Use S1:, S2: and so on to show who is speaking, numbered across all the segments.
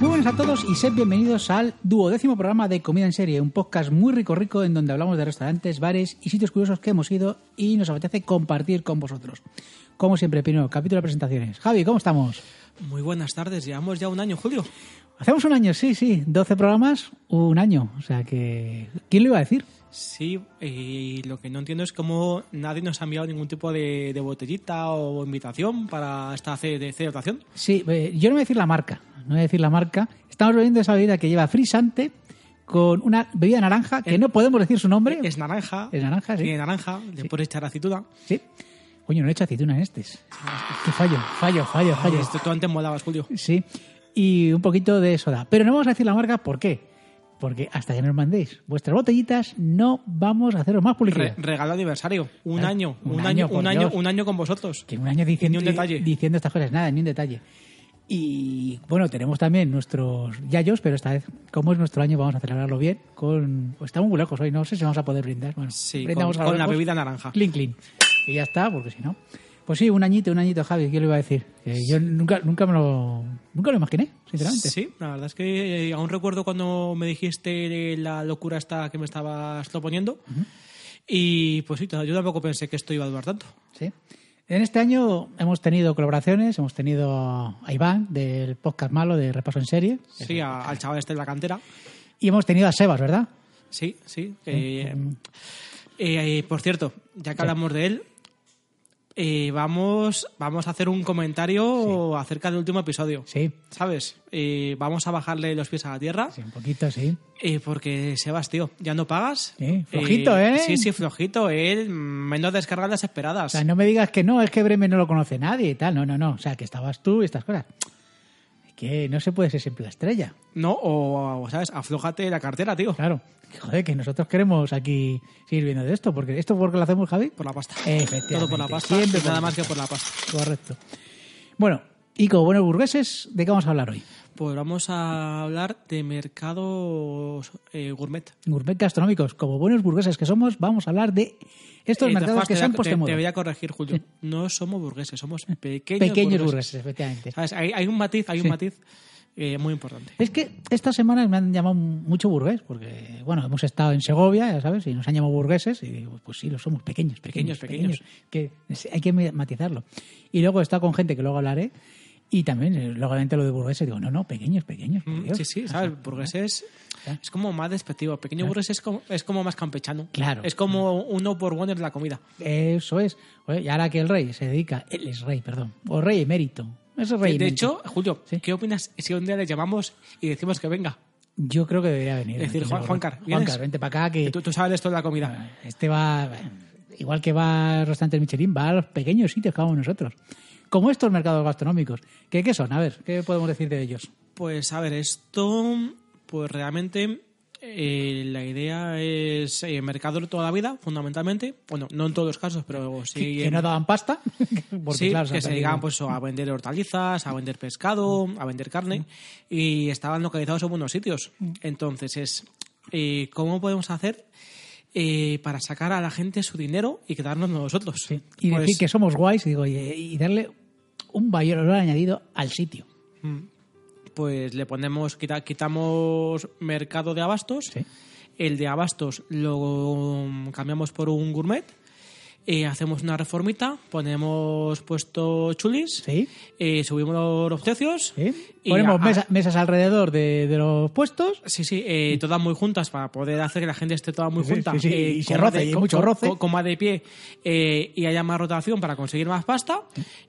S1: Buenas a todos y sed bienvenidos al duodécimo programa de Comida en Serie, un podcast muy rico rico en donde hablamos de restaurantes, bares y sitios curiosos que hemos ido y nos apetece compartir con vosotros. Como siempre, primero, capítulo de presentaciones. Javi, ¿cómo estamos?
S2: Muy buenas tardes, llevamos ya un año, Julio.
S1: Hacemos un año, sí, sí, 12 programas, un año. O sea que... ¿Quién lo iba a decir?
S2: Sí, y lo que no entiendo es cómo nadie nos ha enviado ningún tipo de, de botellita o invitación para esta ce- de celebración.
S1: Sí, eh, yo no voy a decir la marca, no voy a decir la marca. Estamos bebiendo esa bebida que lleva frisante con una bebida naranja que
S2: Eh,
S1: no podemos decir su nombre.
S2: Es naranja.
S1: eh, Es naranja, sí.
S2: Tiene naranja, le puedes echar aceituna.
S1: Sí. Coño, no he hecho aceituna en este. Qué fallo, fallo, fallo,
S2: Ay,
S1: fallo.
S2: Ah, esto tú antes molabas, Julio.
S1: Sí. Y un poquito de soda. Pero no vamos a decir la marca, ¿por qué? Porque hasta que nos mandéis vuestras botellitas no vamos a haceros más
S2: Re-
S1: publicidad.
S2: regalo aniversario. Un
S1: Claro,
S2: año,
S1: un
S2: Ah, un,
S1: año,
S2: año,
S1: por
S2: un año,
S1: Dios.
S2: un año con vosotros.
S1: que un año diciendo,
S2: un detalle.
S1: diciendo estas cosas, nada, ni un detalle. Y bueno, tenemos también nuestros yayos, pero esta vez, como es nuestro año, vamos a celebrarlo bien. con pues Estamos muy locos hoy, no sé si vamos a poder brindar. Bueno,
S2: Sí,
S1: brindamos
S2: con-
S1: a lo
S2: con la
S1: lejos.
S2: bebida naranja.
S1: Clean, clean. Y ya está, porque si no. Pues sí, un añito, un añito, Javi, ¿qué le iba a decir? Que yo nunca, nunca me lo, nunca lo imaginé, sinceramente.
S2: Sí, la verdad es que eh, aún recuerdo cuando me dijiste la locura esta que me estabas proponiendo. Y pues sí, yo tampoco pensé que esto iba a durar tanto.
S1: Sí. En este año hemos tenido colaboraciones, hemos tenido a Iván del podcast malo de Repaso en Serie
S2: Sí, a- al chaval este de la cantera.
S1: y hemos tenido a Sebas, ¿verdad?
S2: Sí, sí. eh, eh, eh, por cierto, ya que hablamos de él, eh, vamos, vamos a hacer un comentario acerca del último episodio.
S1: Sí,
S2: ¿Sabes? Eh, vamos a bajarle los pies a la tierra.
S1: sí, un poquito, sí.
S2: eh, porque, Sebas, tío, ya no pagas.
S1: Sí, flojito, ¿eh?
S2: Sí, sí, flojito. Él, menos descargas las
S1: O
S2: esperadas.
S1: sea, no me digas que no, es que Bremen no lo conoce nadie y tal. No, no, no. O sea, que estabas tú y estas cosas. Es que no se puede ser siempre la estrella.
S2: No, o, o, ¿sabes? Aflójate la cartera, tío.
S1: Claro. Que, Joder, que nosotros queremos aquí seguir viendo de esto. porque ¿Esto por qué lo hacemos, Javi?
S2: Por la pasta.
S1: Efectivamente.
S2: Todo por la pasta.
S1: Siempre
S2: y
S1: por
S2: nada
S1: la
S2: más que por la pasta.
S1: Correcto. Bueno, y como buenos burgueses, ¿de qué vamos a hablar hoy?
S2: Pues vamos a hablar de mercados eh, gourmet.
S1: Gourmet gastronómicos. Como buenos burgueses que somos, vamos a hablar de estos
S2: Eh,
S1: mercados
S2: Rafa,
S1: que
S2: te
S1: se han
S2: voy a-
S1: puesto
S2: te,
S1: de
S2: te
S1: moda.
S2: voy a corregir, Julio. No somos burgueses, somos pequeños,
S1: Pequeños burgueses,
S2: burgueses.
S1: efectivamente.
S2: ¿Sabes? Hay, hay un matiz, hay
S1: Sí.
S2: un matiz eh, muy importante.
S1: Es que estas semanas me han llamado mucho burgués, porque, bueno, hemos estado en Segovia, ya sabes, y nos han llamado burgueses, y digo, pues sí, lo somos, pequeños, pequeños, pequeños.
S2: Pequeños,
S1: que es- hay que matizarlo. Y luego he estado con gente que luego hablaré, y también, eh, luego obviamente lo de burgueses, digo, no, no, pequeños, pequeños. por
S2: Mm,
S1: Dios.
S2: Sí, sí, ¿sabes? Burgueses
S1: Ya.
S2: es como más despectivo. Pequeño burgués es como, es como más campechano.
S1: Claro.
S2: Es como uno por bueno en la comida.
S1: Eso es. Oye, Y ahora que el rey se dedica, él es rey, perdón, o rey emérito. Es rey
S2: de
S1: emérito.
S2: hecho, Julio,
S1: Sí.
S2: ¿qué opinas si un día le llamamos y decimos que venga?
S1: yo creo que debería venir.
S2: Es decir,
S1: no
S2: Juan-
S1: sé,
S2: Juancar, ¿vienes?
S1: Juancar, vente para acá
S2: Que
S1: que
S2: Tú, tú sabes de esto de la comida.
S1: Este va, igual que va Restante Michelin, va a los pequeños sitios que vamos nosotros. Como estos mercados gastronómicos. ¿Qué, qué son? A ver, ¿qué podemos decir de ellos?
S2: Pues a ver, esto, pues realmente eh, la idea es eh, mercado toda la vida, fundamentalmente. Bueno, no en todos los casos, pero sí.
S1: que
S2: en-
S1: no daban pasta. Porque,
S2: sí,
S1: claro,
S2: que se
S1: han
S2: dedicaban
S1: perdido. Mm.
S2: pues, a vender hortalizas, a vender pescado, a vender carne y estaban localizados en buenos sitios.
S1: Mm.
S2: Entonces es, eh, ¿cómo podemos hacer eh, para sacar a la gente su dinero y quedarnos nosotros?
S1: Sí. Y
S2: Pues,
S1: decir que somos guays y, digo, y, y darle un mayor valor añadido al sitio.
S2: pues le ponemos, quita- quitamos mercado de abastos,
S1: Sí.
S2: el de abastos lo cambiamos por un gourmet, eh, hacemos una reformita, ponemos puesto chulis,
S1: Sí.
S2: eh, subimos los precios,
S1: ¿Sí?
S2: y
S1: Ponemos
S2: a-
S1: mesa- mesas alrededor de, de los puestos.
S2: Sí, sí, eh, todas muy juntas para poder hacer que la gente esté toda muy
S1: Sí,
S2: junta.
S1: sí, sí,
S2: eh,
S1: y se
S2: coma
S1: roce,
S2: de-
S1: y hay
S2: co-
S1: mucho
S2: co-
S1: roce.
S2: co- Coma de pie eh, y haya más rotación para conseguir más pasta.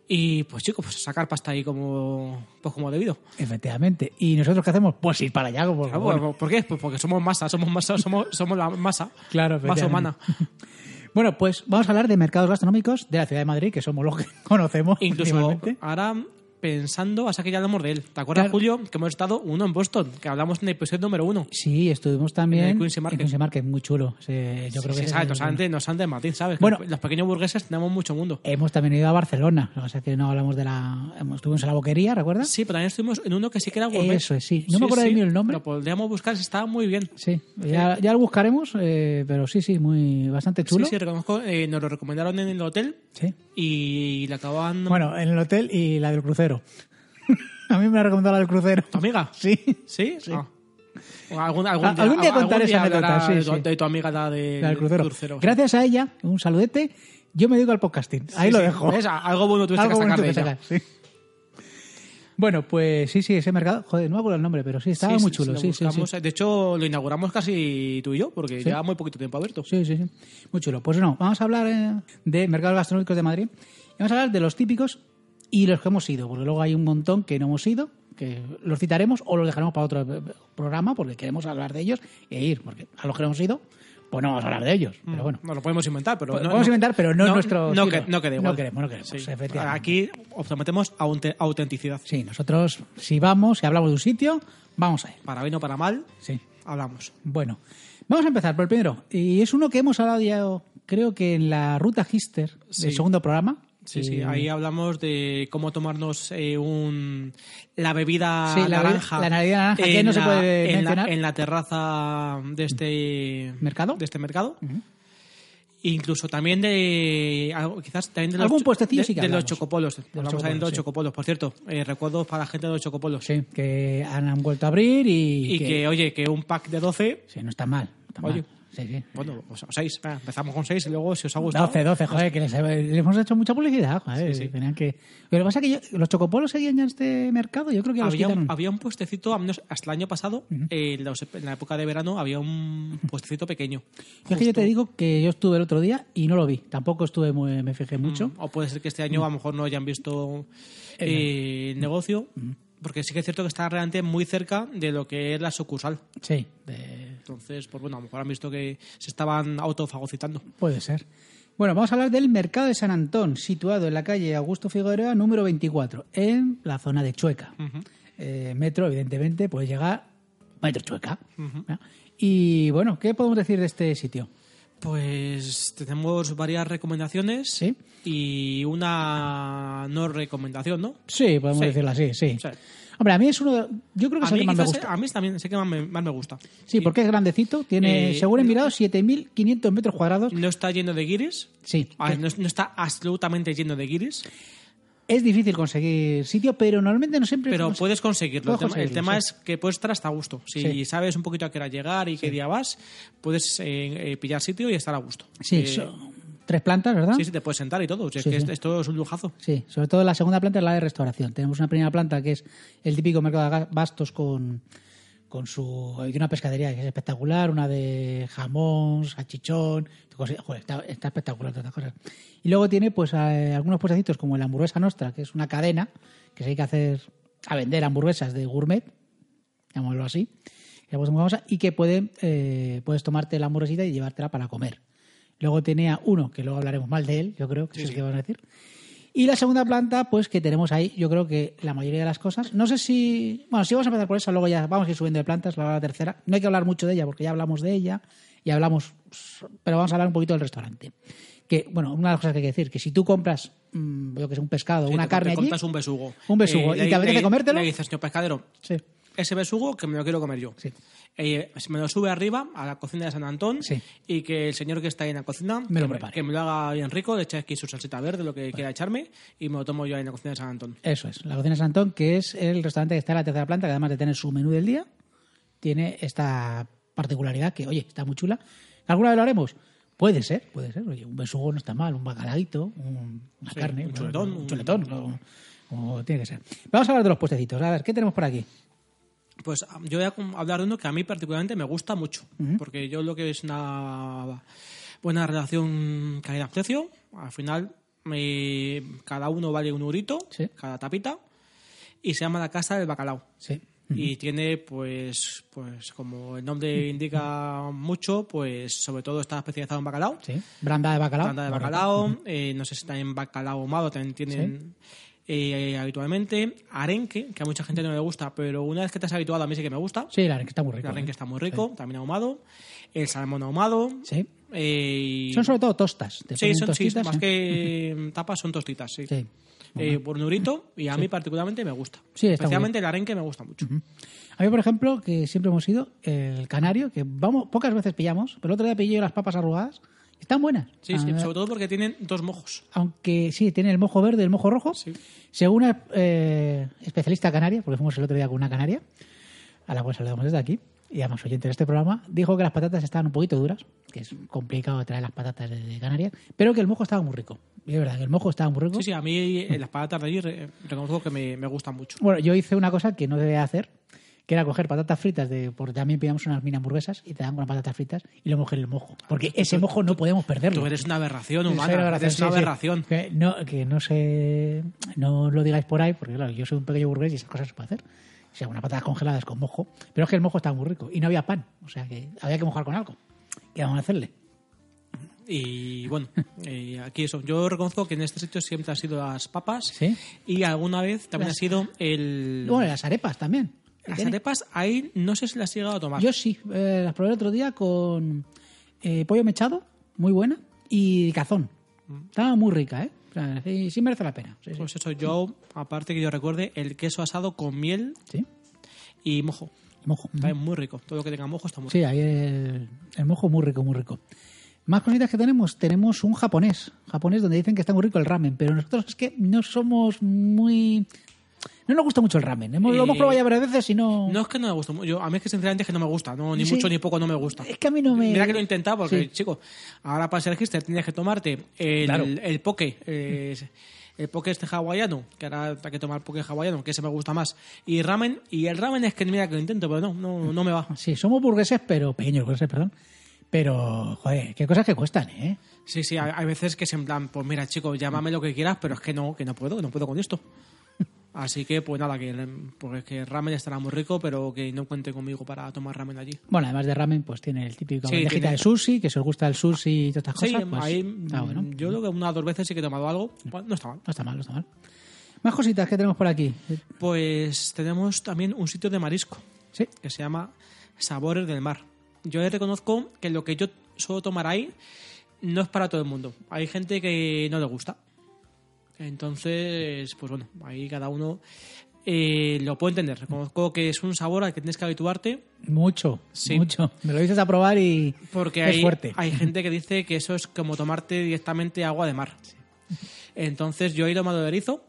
S2: Y pues, chicos, pues sacar pasta ahí como, pues, como debido.
S1: Efectivamente. ¿Y nosotros qué hacemos? Pues ir para allá. Como,
S2: Claro,
S1: bueno.
S2: ¿Por qué? Pues porque somos masa, somos masa, somos, somos la masa.
S1: Claro,
S2: Masa humana.
S1: efectivamente. Bueno, pues vamos a hablar de mercados gastronómicos de la ciudad de Madrid, que somos los que conocemos.
S2: Incluso
S1: principalmente.
S2: ahora pensando, hasta que ya hablamos de él. ¿Te acuerdas,
S1: Claro.
S2: Julio, que hemos estado uno en Boston? Que hablamos en el episodio número uno.
S1: Sí, estuvimos también
S2: En el Quincy Market.
S1: en Quincy Market, muy chulo. Sí, yo creo que
S2: Sí,
S1: ese
S2: sabes,
S1: es
S2: nos
S1: el-
S2: han de- nos han de matiz, ¿sabes? Que
S1: Bueno.
S2: los pequeños burgueses tenemos mucho mundo.
S1: Hemos también ido a Barcelona, lo que pasa es que no hablamos de la... hemos- Estuvimos en la boquería, ¿recuerdas?
S2: Sí, pero también estuvimos en uno que sí que era gourmet.
S1: Eso es, sí. No me acuerdo de mí el nombre.
S2: Lo podríamos buscar, estaba muy bien.
S1: Sí, ya, ya lo buscaremos, eh, pero sí, sí, muy bastante chulo.
S2: Sí, sí, reconozco, eh, nos lo recomendaron en el hotel
S1: Sí.
S2: y le acababan...
S1: Bueno, en el hotel y la del crucero. A mí me la ha recomendado la del crucero.
S2: ¿Tu amiga?
S1: Sí.
S2: ¿Sí?
S1: Sí. Ah,
S2: Ah. Algún, algún, día,
S1: Algún día contaré esa anécdota,
S2: hablará
S1: sí,
S2: de,
S1: sí.
S2: de tu amiga la de,
S1: La del crucero.
S2: crucero.
S1: Gracias a ella, un saludete, yo me dedico al podcasting. Ahí
S2: Sí,
S1: lo
S2: sí.
S1: dejo.
S2: ¿Ves? Algo bueno tuviste
S1: Algo
S2: que
S1: bueno
S2: sacar
S1: que
S2: de
S1: sacar,
S2: ella.
S1: sí. Bueno, pues sí, sí, ese mercado. Joder, no me acuerdo el nombre, pero sí, estaba
S2: Sí,
S1: muy
S2: sí,
S1: chulo.
S2: lo
S1: Sí, sí, sí,
S2: buscamos. De hecho, lo inauguramos casi tú y yo, porque
S1: Sí.
S2: lleva muy poquito tiempo abierto.
S1: Sí, sí, sí. Muy chulo. Pues no, vamos a hablar eh, de mercados gastronómicos de Madrid. Y Vamos a hablar de los típicos y los que hemos ido, porque luego hay un montón que no hemos ido, que los citaremos o los dejaremos para otro eh, programa, porque queremos hablar de ellos e ir, porque a los que no hemos ido, pues no vamos a hablar de ellos. Pero bueno,
S2: No lo podemos inventar, pero.
S1: Pues
S2: no-
S1: podemos
S2: Mm. no-
S1: inventar, pero no es nuestro
S2: No,
S1: estilo.
S2: que- no queda
S1: No
S2: igual.
S1: queremos, no queremos, efectivamente.
S2: Aquí obtenemos autenticidad.
S1: sí, nosotros si vamos, si hablamos de un sitio, vamos a él.
S2: Para bien o para mal,
S1: Sí.
S2: hablamos.
S1: Bueno, vamos a empezar por el primero. Y es uno que hemos hablado ya, creo que en la ruta Hister,
S2: Sí.
S1: del segundo programa.
S2: Sí, sí,
S1: Eh,
S2: ahí hablamos de cómo tomarnos eh, un, la bebida
S1: Sí, la bebi-
S2: naranja.
S1: la bebida naranja, que
S2: en
S1: no se
S2: la-
S1: puede
S2: en la,
S1: mencionar.
S2: en la terraza de este
S1: ¿Mercado?
S2: De este mercado. Incluso también de. algo- Quizás también de los,
S1: Algún
S2: cho-
S1: puestecillo
S2: de,
S1: sí que
S2: de los
S1: hablamos.
S2: chocopolos. hablamos también de
S1: chocopolos,
S2: los
S1: sí.
S2: chocopolos, por cierto. eh, recuerdos para la gente de los chocopolos.
S1: Sí, que han, han vuelto a abrir y,
S2: Y que, oye, que un pack de 12.
S1: Sí, no está mal. no está mal.
S2: Oye.
S1: Sí, sí.
S2: Bueno, o sea, seis. Venga, empezamos con seis y luego, si os ha gustado.
S1: 12, 12, joder, que les, les hemos hecho mucha publicidad, joder.
S2: Sí, sí.
S1: tenían que... Pero pasa que yo- los chocopolos seguían ya en este mercado, yo creo que ya los
S2: había, un,
S1: quitaron.
S2: había un puestecito, al menos hasta el año pasado, eh, en, los- en la época de verano, había un puestecito pequeño.
S1: Yo es que yo te digo que yo estuve el otro día y no lo vi, tampoco estuve muy, me fijé mucho.
S2: O puede ser que este año a lo mejor no hayan visto eh, el negocio, porque sí que es cierto que está realmente muy cerca de lo que es la sucursal.
S1: Sí, de-
S2: Entonces, pues bueno, a lo mejor han visto que se estaban autofagocitando.
S1: puede ser. Bueno, vamos a hablar del mercado de San Antón, situado en la calle Augusto Figueroa número 24, en la zona de Chueca. Eh, metro, evidentemente, puede llegar metro Chueca. ¿no? Y bueno, ¿qué podemos decir de este sitio?
S2: Pues tenemos varias recomendaciones
S1: Sí.
S2: y una no recomendación, ¿no?
S1: Sí, podemos
S2: Sí.
S1: decirlo así, sí.
S2: Sí.
S1: Hombre, a mí es uno de, yo creo que es
S2: A
S1: el
S2: mí,
S1: que más me
S2: quizás- ¿eh?
S1: gusta.
S2: a mí también sé que más me, más me gusta.
S1: Sí,
S2: Y
S1: porque es grandecito, tiene,
S2: Eh,
S1: según he mirado, 7.500 metros cuadrados.
S2: No está lleno de guiris.
S1: Sí,
S2: A ver,
S1: que
S2: no, no está absolutamente lleno de guiris,
S1: es difícil conseguir sitio, pero normalmente no siempre...
S2: pero
S1: no sé.
S2: puedes conseguirlo.
S1: Puedes
S2: El tema- el
S1: conseguirlo,
S2: tema
S1: sí.
S2: es que puedes estar hasta a gusto. Si
S1: Sí.
S2: sabes un poquito a qué hora llegar y qué día vas, puedes eh, eh, pillar sitio y estar a gusto.
S1: Sí,
S2: Eh,
S1: son tres plantas, ¿verdad?
S2: sí, sí, te puedes sentar y todo. O sea,
S1: Sí,
S2: que
S1: sí.
S2: es- Esto es un lujazo.
S1: Sí, sobre todo la segunda planta es la de restauración. Tenemos una primera planta que es el típico mercado de bastos con, con su hay una pescadería que es espectacular, una de jamón, salchichón, cosas- joder, está, está espectacular todas estas cosas. Y luego tiene pues eh, algunos puestecitos como la hamburguesa nostra, que es una cadena que se hay que hacer a vender hamburguesas de gourmet, llamémoslo así, que es muy famosa, y que puede, eh, puedes tomarte la hamburguesita y llevártela para comer. Luego tenía uno, que luego hablaremos mal de él, yo creo, que es el que van a decir. Y la segunda planta, pues que tenemos ahí, yo creo que la mayoría de las cosas. No sé si. Bueno, si vamos a empezar por esa, luego ya vamos a ir subiendo de plantas, la la tercera. No hay que hablar mucho de ella, porque ya hablamos de ella y hablamos. Pero vamos a hablar un poquito del restaurante. Que, bueno, una de las cosas que hay que decir, que si tú compras, mm, yo que sé, un pescado o
S2: Sí,
S1: una
S2: te-
S1: carne
S2: te
S1: allí.
S2: compras un besugo. Eh,
S1: Un besugo. ¿Y
S2: le-
S1: te apetece
S2: le-
S1: comértelo?
S2: Le dices, señor pescadero,
S1: Sí,
S2: ese besugo que me lo quiero comer yo.
S1: Sí.
S2: Eh, se me lo sube arriba a la cocina de San Antón
S1: Sí.
S2: y que el señor que está ahí en la cocina
S1: Me lo
S2: que,
S1: prepare.
S2: que me lo haga bien rico, le eche aquí su salsita verde, lo que quiera echarme y me lo tomo yo ahí en la cocina de San Antón.
S1: eso es. La cocina Santón, que es el restaurante que está en la tercera planta, que además de tener su menú del día, tiene esta particularidad que, oye, está muy chula. ¿Alguna vez lo haremos? Puede ser, puede ser. Oye, un besugo no está mal, un bacalaguito, un- una
S2: Sí,
S1: carne,
S2: un
S1: una-
S2: chuletón,
S1: un
S2: un-
S1: chuletón, como- como tiene que ser. Vamos a hablar de los puestecitos. A ver, ¿qué tenemos por aquí?
S2: Pues ah, yo voy a com- hablar de uno que a mí particularmente me gusta mucho, porque yo lo que es una buena relación calidad-precio, al final eh, cada uno vale un eurito,
S1: Sí.
S2: cada tapita, y se llama la Casa del Bacalao.
S1: Sí.
S2: y tiene pues pues como el nombre indica mucho pues sobre todo está especializado en bacalao
S1: Sí. Branda de bacalao.
S2: tanda de
S1: Correcto.
S2: bacalao eh, no sé si también bacalao ahumado también tienen eh, habitualmente arenque que a mucha gente no le gusta pero una vez que te has habituado a mí sí que me gusta
S1: Sí, la arenque está muy ¿eh? rica.
S2: el arenque está muy rico también ahumado el salmón ahumado
S1: Sí.
S2: eh, y-
S1: Son sobre todo tostas. te
S2: sí
S1: ponen
S2: son sí,
S1: tostitas,
S2: más
S1: ¿eh?
S2: que tapas son tostitas sí,
S1: Sí.
S2: Eh, por un eurito, y a mí particularmente me gusta
S1: Sí, está muy
S2: especialmente el arenque me gusta mucho
S1: A mí, por ejemplo, que siempre hemos ido el canario, que vamos pocas veces pillamos, pero el otro día pillé yo las papas arrugadas Están buenas.
S2: Sí, sí,
S1: Ah,
S2: sobre todo porque tienen dos mojos.
S1: Aunque sí, tiene el mojo verde y el mojo rojo.
S2: Sí.
S1: Según una eh, especialista canaria, porque fuimos el otro día con una canaria, a la cual saludamos desde aquí, y además oyente de este programa, dijo que las patatas estaban un poquito duras, que es complicado traer las patatas desde Canarias, pero que el mojo estaba muy rico. Y es verdad, que el mojo estaba muy rico.
S2: Sí, sí, a mí eh, las patatas de allí re- reconozco que me, me gustan mucho.
S1: Bueno, yo hice una cosa que no debía hacer, que era coger patatas fritas, de, porque también pillamos unas mini hamburguesas y te dan unas patatas fritas y lo mojé en el mojo. Porque ese mojo no podemos perderlo.
S2: Tú eres una aberración
S1: Soy
S2: humana,
S1: una aberración,
S2: eres una
S1: sí, sí.
S2: aberración.
S1: Que no, que no se, no lo digáis por ahí, porque claro, yo soy un pequeño burgués y esas cosas se pueden hacer. O sea, unas patatas congeladas con mojo. Pero es que el mojo estaba muy rico y no había pan. O sea, que había que mojar con algo. ¿Qué vamos a hacerle?
S2: Y bueno, eh, aquí eso. Yo reconozco que en este sitio siempre han sido las papas
S1: Sí.
S2: y alguna vez también
S1: Las-
S2: ha sido el...
S1: Bueno, las arepas también.
S2: las arepas ahí no sé si las he llegado a tomar.
S1: Yo sí, eh, las probé el otro día con eh, pollo mechado, muy buena, y cazón. Estaba muy rica, ¿eh? O sea, sí, sí merece la pena. Sí, sí.
S2: Mm. Pues eso, yo, aparte que yo recuerde, el queso asado con miel
S1: Sí,
S2: y mojo.
S1: mojo.
S2: Está muy rico. Todo lo que tenga mojo está muy rico.
S1: Sí, ahí el, el mojo muy rico, muy rico. Más cositas que tenemos, tenemos un japonés, japonés donde dicen que está muy rico el ramen, pero nosotros es que no somos muy... No nos gusta mucho el ramen, Hemos- lo hemos
S2: Eh,
S1: probado ya varias veces y no...
S2: No es que no me guste. mu- Yo, a mí es que sinceramente es que no me gusta. No, ni
S1: Sí.
S2: mucho ni poco no me gusta.
S1: Es que a mí no me...
S2: Mira que lo he intentado porque,
S1: Sí.
S2: chico, ahora para ser hipster tienes que tomarte el,
S1: Claro.
S2: el poke. eh, el poke este hawaiano, que ahora hay que tomar poke hawaiano, que ese me gusta más. Y ramen, y el ramen es que mira que lo intento, pero no, no, no me va.
S1: Sí, somos burgueses, pero pequeños burgueses, perdón. Pero, joder, qué cosas que cuestan, ¿eh?
S2: Sí, sí, hay hay veces que es en plan, pues mira, chico, llámame lo que quieras, pero es que no, que no puedo, que no puedo con esto. Así que, pues nada, que, porque es que ramen estará muy rico, pero que no cuente conmigo para tomar ramen allí.
S1: Bueno, además de ramen, pues tiene el típico
S2: Sí,
S1: bandejita
S2: tiene-
S1: de sushi, que si os gusta el sushi y todas estas
S2: Sí,
S1: cosas, pues
S2: ahí, mm,
S1: está bueno.
S2: yo creo que unas dos veces sí que he tomado algo. Bueno, no está mal.
S1: No está mal, no está mal. Más cositas que tenemos por aquí.
S2: Pues tenemos también un sitio de marisco
S1: Sí,
S2: que se llama Sabores del Mar. Yo reconozco que lo que yo suelo tomar ahí no es para todo el mundo. Hay gente que no le gusta. Entonces, pues bueno, ahí cada uno eh, lo puede entender. Reconozco que es un sabor al que tienes que habituarte
S1: mucho,
S2: Sí.
S1: mucho. Me lo dices a probar y
S2: porque
S1: es
S2: hay,
S1: fuerte.
S2: hay gente que dice que eso es como tomarte directamente agua de mar. Entonces yo he tomado de erizo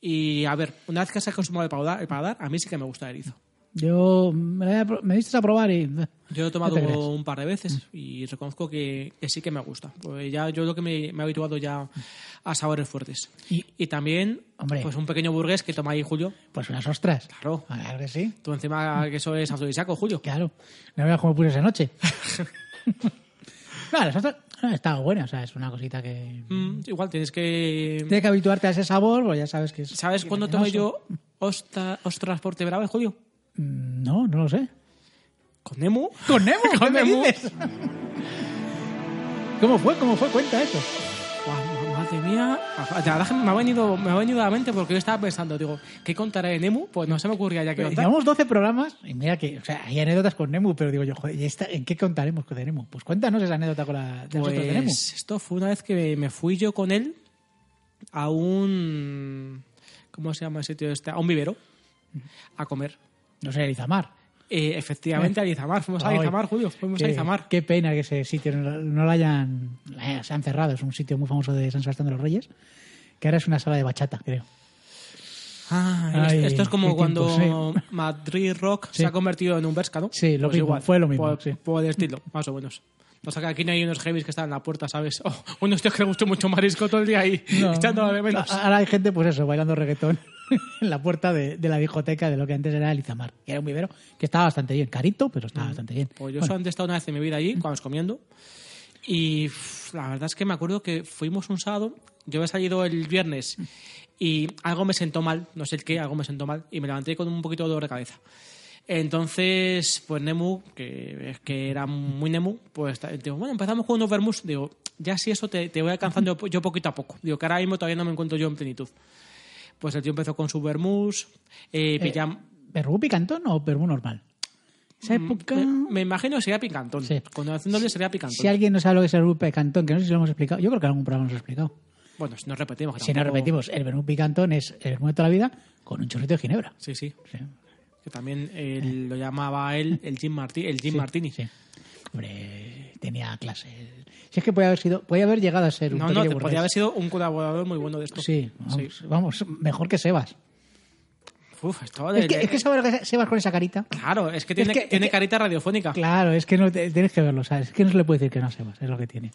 S2: y a ver, una vez que se ha consumado el paladar, el paladar, a mí sí que me gusta el erizo.
S1: Yo me, lo he apro- me diste a probar y...
S2: Yo
S1: No te Mm. creas.
S2: he tomado un par de veces y reconozco que, que sí que me gusta. Pues ya yo lo que me, me he habituado ya a sabores fuertes.
S1: Y-
S2: Y, también,
S1: Hombre.
S2: pues un pequeño burgués que toma ahí Julio.
S1: Pues unas ostras. Ah,
S2: Claro.
S1: Claro que sí.
S2: Tú encima que eso es afrodisíaco, Julio.
S1: Claro. No veas cómo puse esa noche. no, las ostras no, estaban buenas. O sea, es una cosita que...
S2: Mm, igual tienes que...
S1: Tienes que habituarte a ese sabor, pues ya sabes que es...
S2: Mm. ¿Sabes cuándo
S1: venenoso.
S2: tomé yo ostra, ostras por brava, Julio?
S1: Mm, No, no lo sé.
S2: ¿Con Nemo?
S1: ¿Con Nemo? ¿Qué
S2: Con
S1: me
S2: Nemo.
S1: dices? ¿Cómo fue? ¿Cómo fue? Cuenta eso.
S2: Guau, Madre mía, Ah, la verdad que me ha, venido, me ha venido a la mente porque yo estaba pensando, digo, ¿qué contaré de Nemo? Pues no se me ocurría ya que contar.
S1: Llevamos 12 programas y mira que, o sea, hay anécdotas con Nemo, pero digo yo, joder, ¿y esta- ¿en qué contaremos con Nemo? Pues cuéntanos esa anécdota con la de nosotros de Nemo.
S2: Pues esto fue una vez que me fui yo con él a un. ¿Cómo se llama el sitio este? A un vivero a comer.
S1: No sé, Erizamar.
S2: Eh, efectivamente, a Izamar. Fuimos a
S1: Ay,
S2: Izamar, Julio. Fuimos a
S1: qué-
S2: Izamar.
S1: Qué pena que ese sitio no, lo- no lo hayan, lo hayan- se han cerrado. Es un sitio muy famoso de San Sebastián de los Reyes, que ahora es una sala de bachata, creo.
S2: Ay,
S1: Ay,
S2: esto- esto es como
S1: qué
S2: cuando
S1: tiempos,
S2: Madrid Rock
S1: Sí.
S2: se ha convertido en un Berska, ¿no? Pues
S1: Sí, lo mismo, fue lo mismo,
S2: Por,
S1: sí.
S2: por el estilo, más o menos. O sea que aquí no hay unos heavies que están en la puerta, ¿sabes? O unos tíos que les gustó mucho marisco todo el día ahí,
S1: No.
S2: echando de menos.
S1: Ahora hay gente, pues eso, bailando reggaetón en la puerta de, de la discoteca de lo que antes era Elizamar, que era un vivero que estaba bastante bien, carito, pero estaba bastante bien.
S2: Pues yo
S1: Bueno,
S2: solamente he estado una vez en mi vida allí, cuando os comiendo. Y uf, la verdad es que me acuerdo que fuimos un sábado, yo había salido el viernes y algo me sentó mal, no sé el qué, algo me sentó mal y me levanté con un poquito de dolor de cabeza. Entonces, pues Nemu, que es que era muy Nemu, pues ta- digo, bueno, empezamos con unos vermouth. Digo, ya si eso te, te voy alcanzando po- yo poquito a poco. Digo, que ahora mismo todavía no me encuentro yo en plenitud. Pues el tío empezó con su vermouth, eh, pillam-
S1: ¿Perú picantón o Perú normal? Esa época...
S2: me, me imagino que sería picantón.
S1: Sí.
S2: Conociéndole sería picantón.
S1: Si alguien no sabe lo que es el vermú picantón, que no sé si lo hemos explicado, yo creo que en algún programa nos lo he explicado.
S2: Bueno, si nos repetimos. que
S1: Si no
S2: tampoco-
S1: repetimos, el vermú picantón es el vermú de toda la vida con un chorrito de ginebra.
S2: Sí, sí.
S1: Sí,
S2: Que también eh, lo llamaba él el Jim, Marti- el Jim Martini.
S1: sí. Hombre, tenía clase. Si es que podía haber sido, podía haber llegado a ser un
S2: No, no,
S1: pequeño
S2: te-
S1: burgués.
S2: podría haber sido un colaborador muy bueno de esto.
S1: Sí, vamos, vamos, mejor que Sebas.
S2: Uf, esto de-
S1: Es que, es que Sebas, Sebas con esa carita.
S2: Claro, es que tiene,
S1: que- es
S2: tiene
S1: que-
S2: carita radiofónica.
S1: Claro, es que no te- tienes que verlo, ¿sabes? Es que no se le puede decir que no a Sebas, es lo que tiene.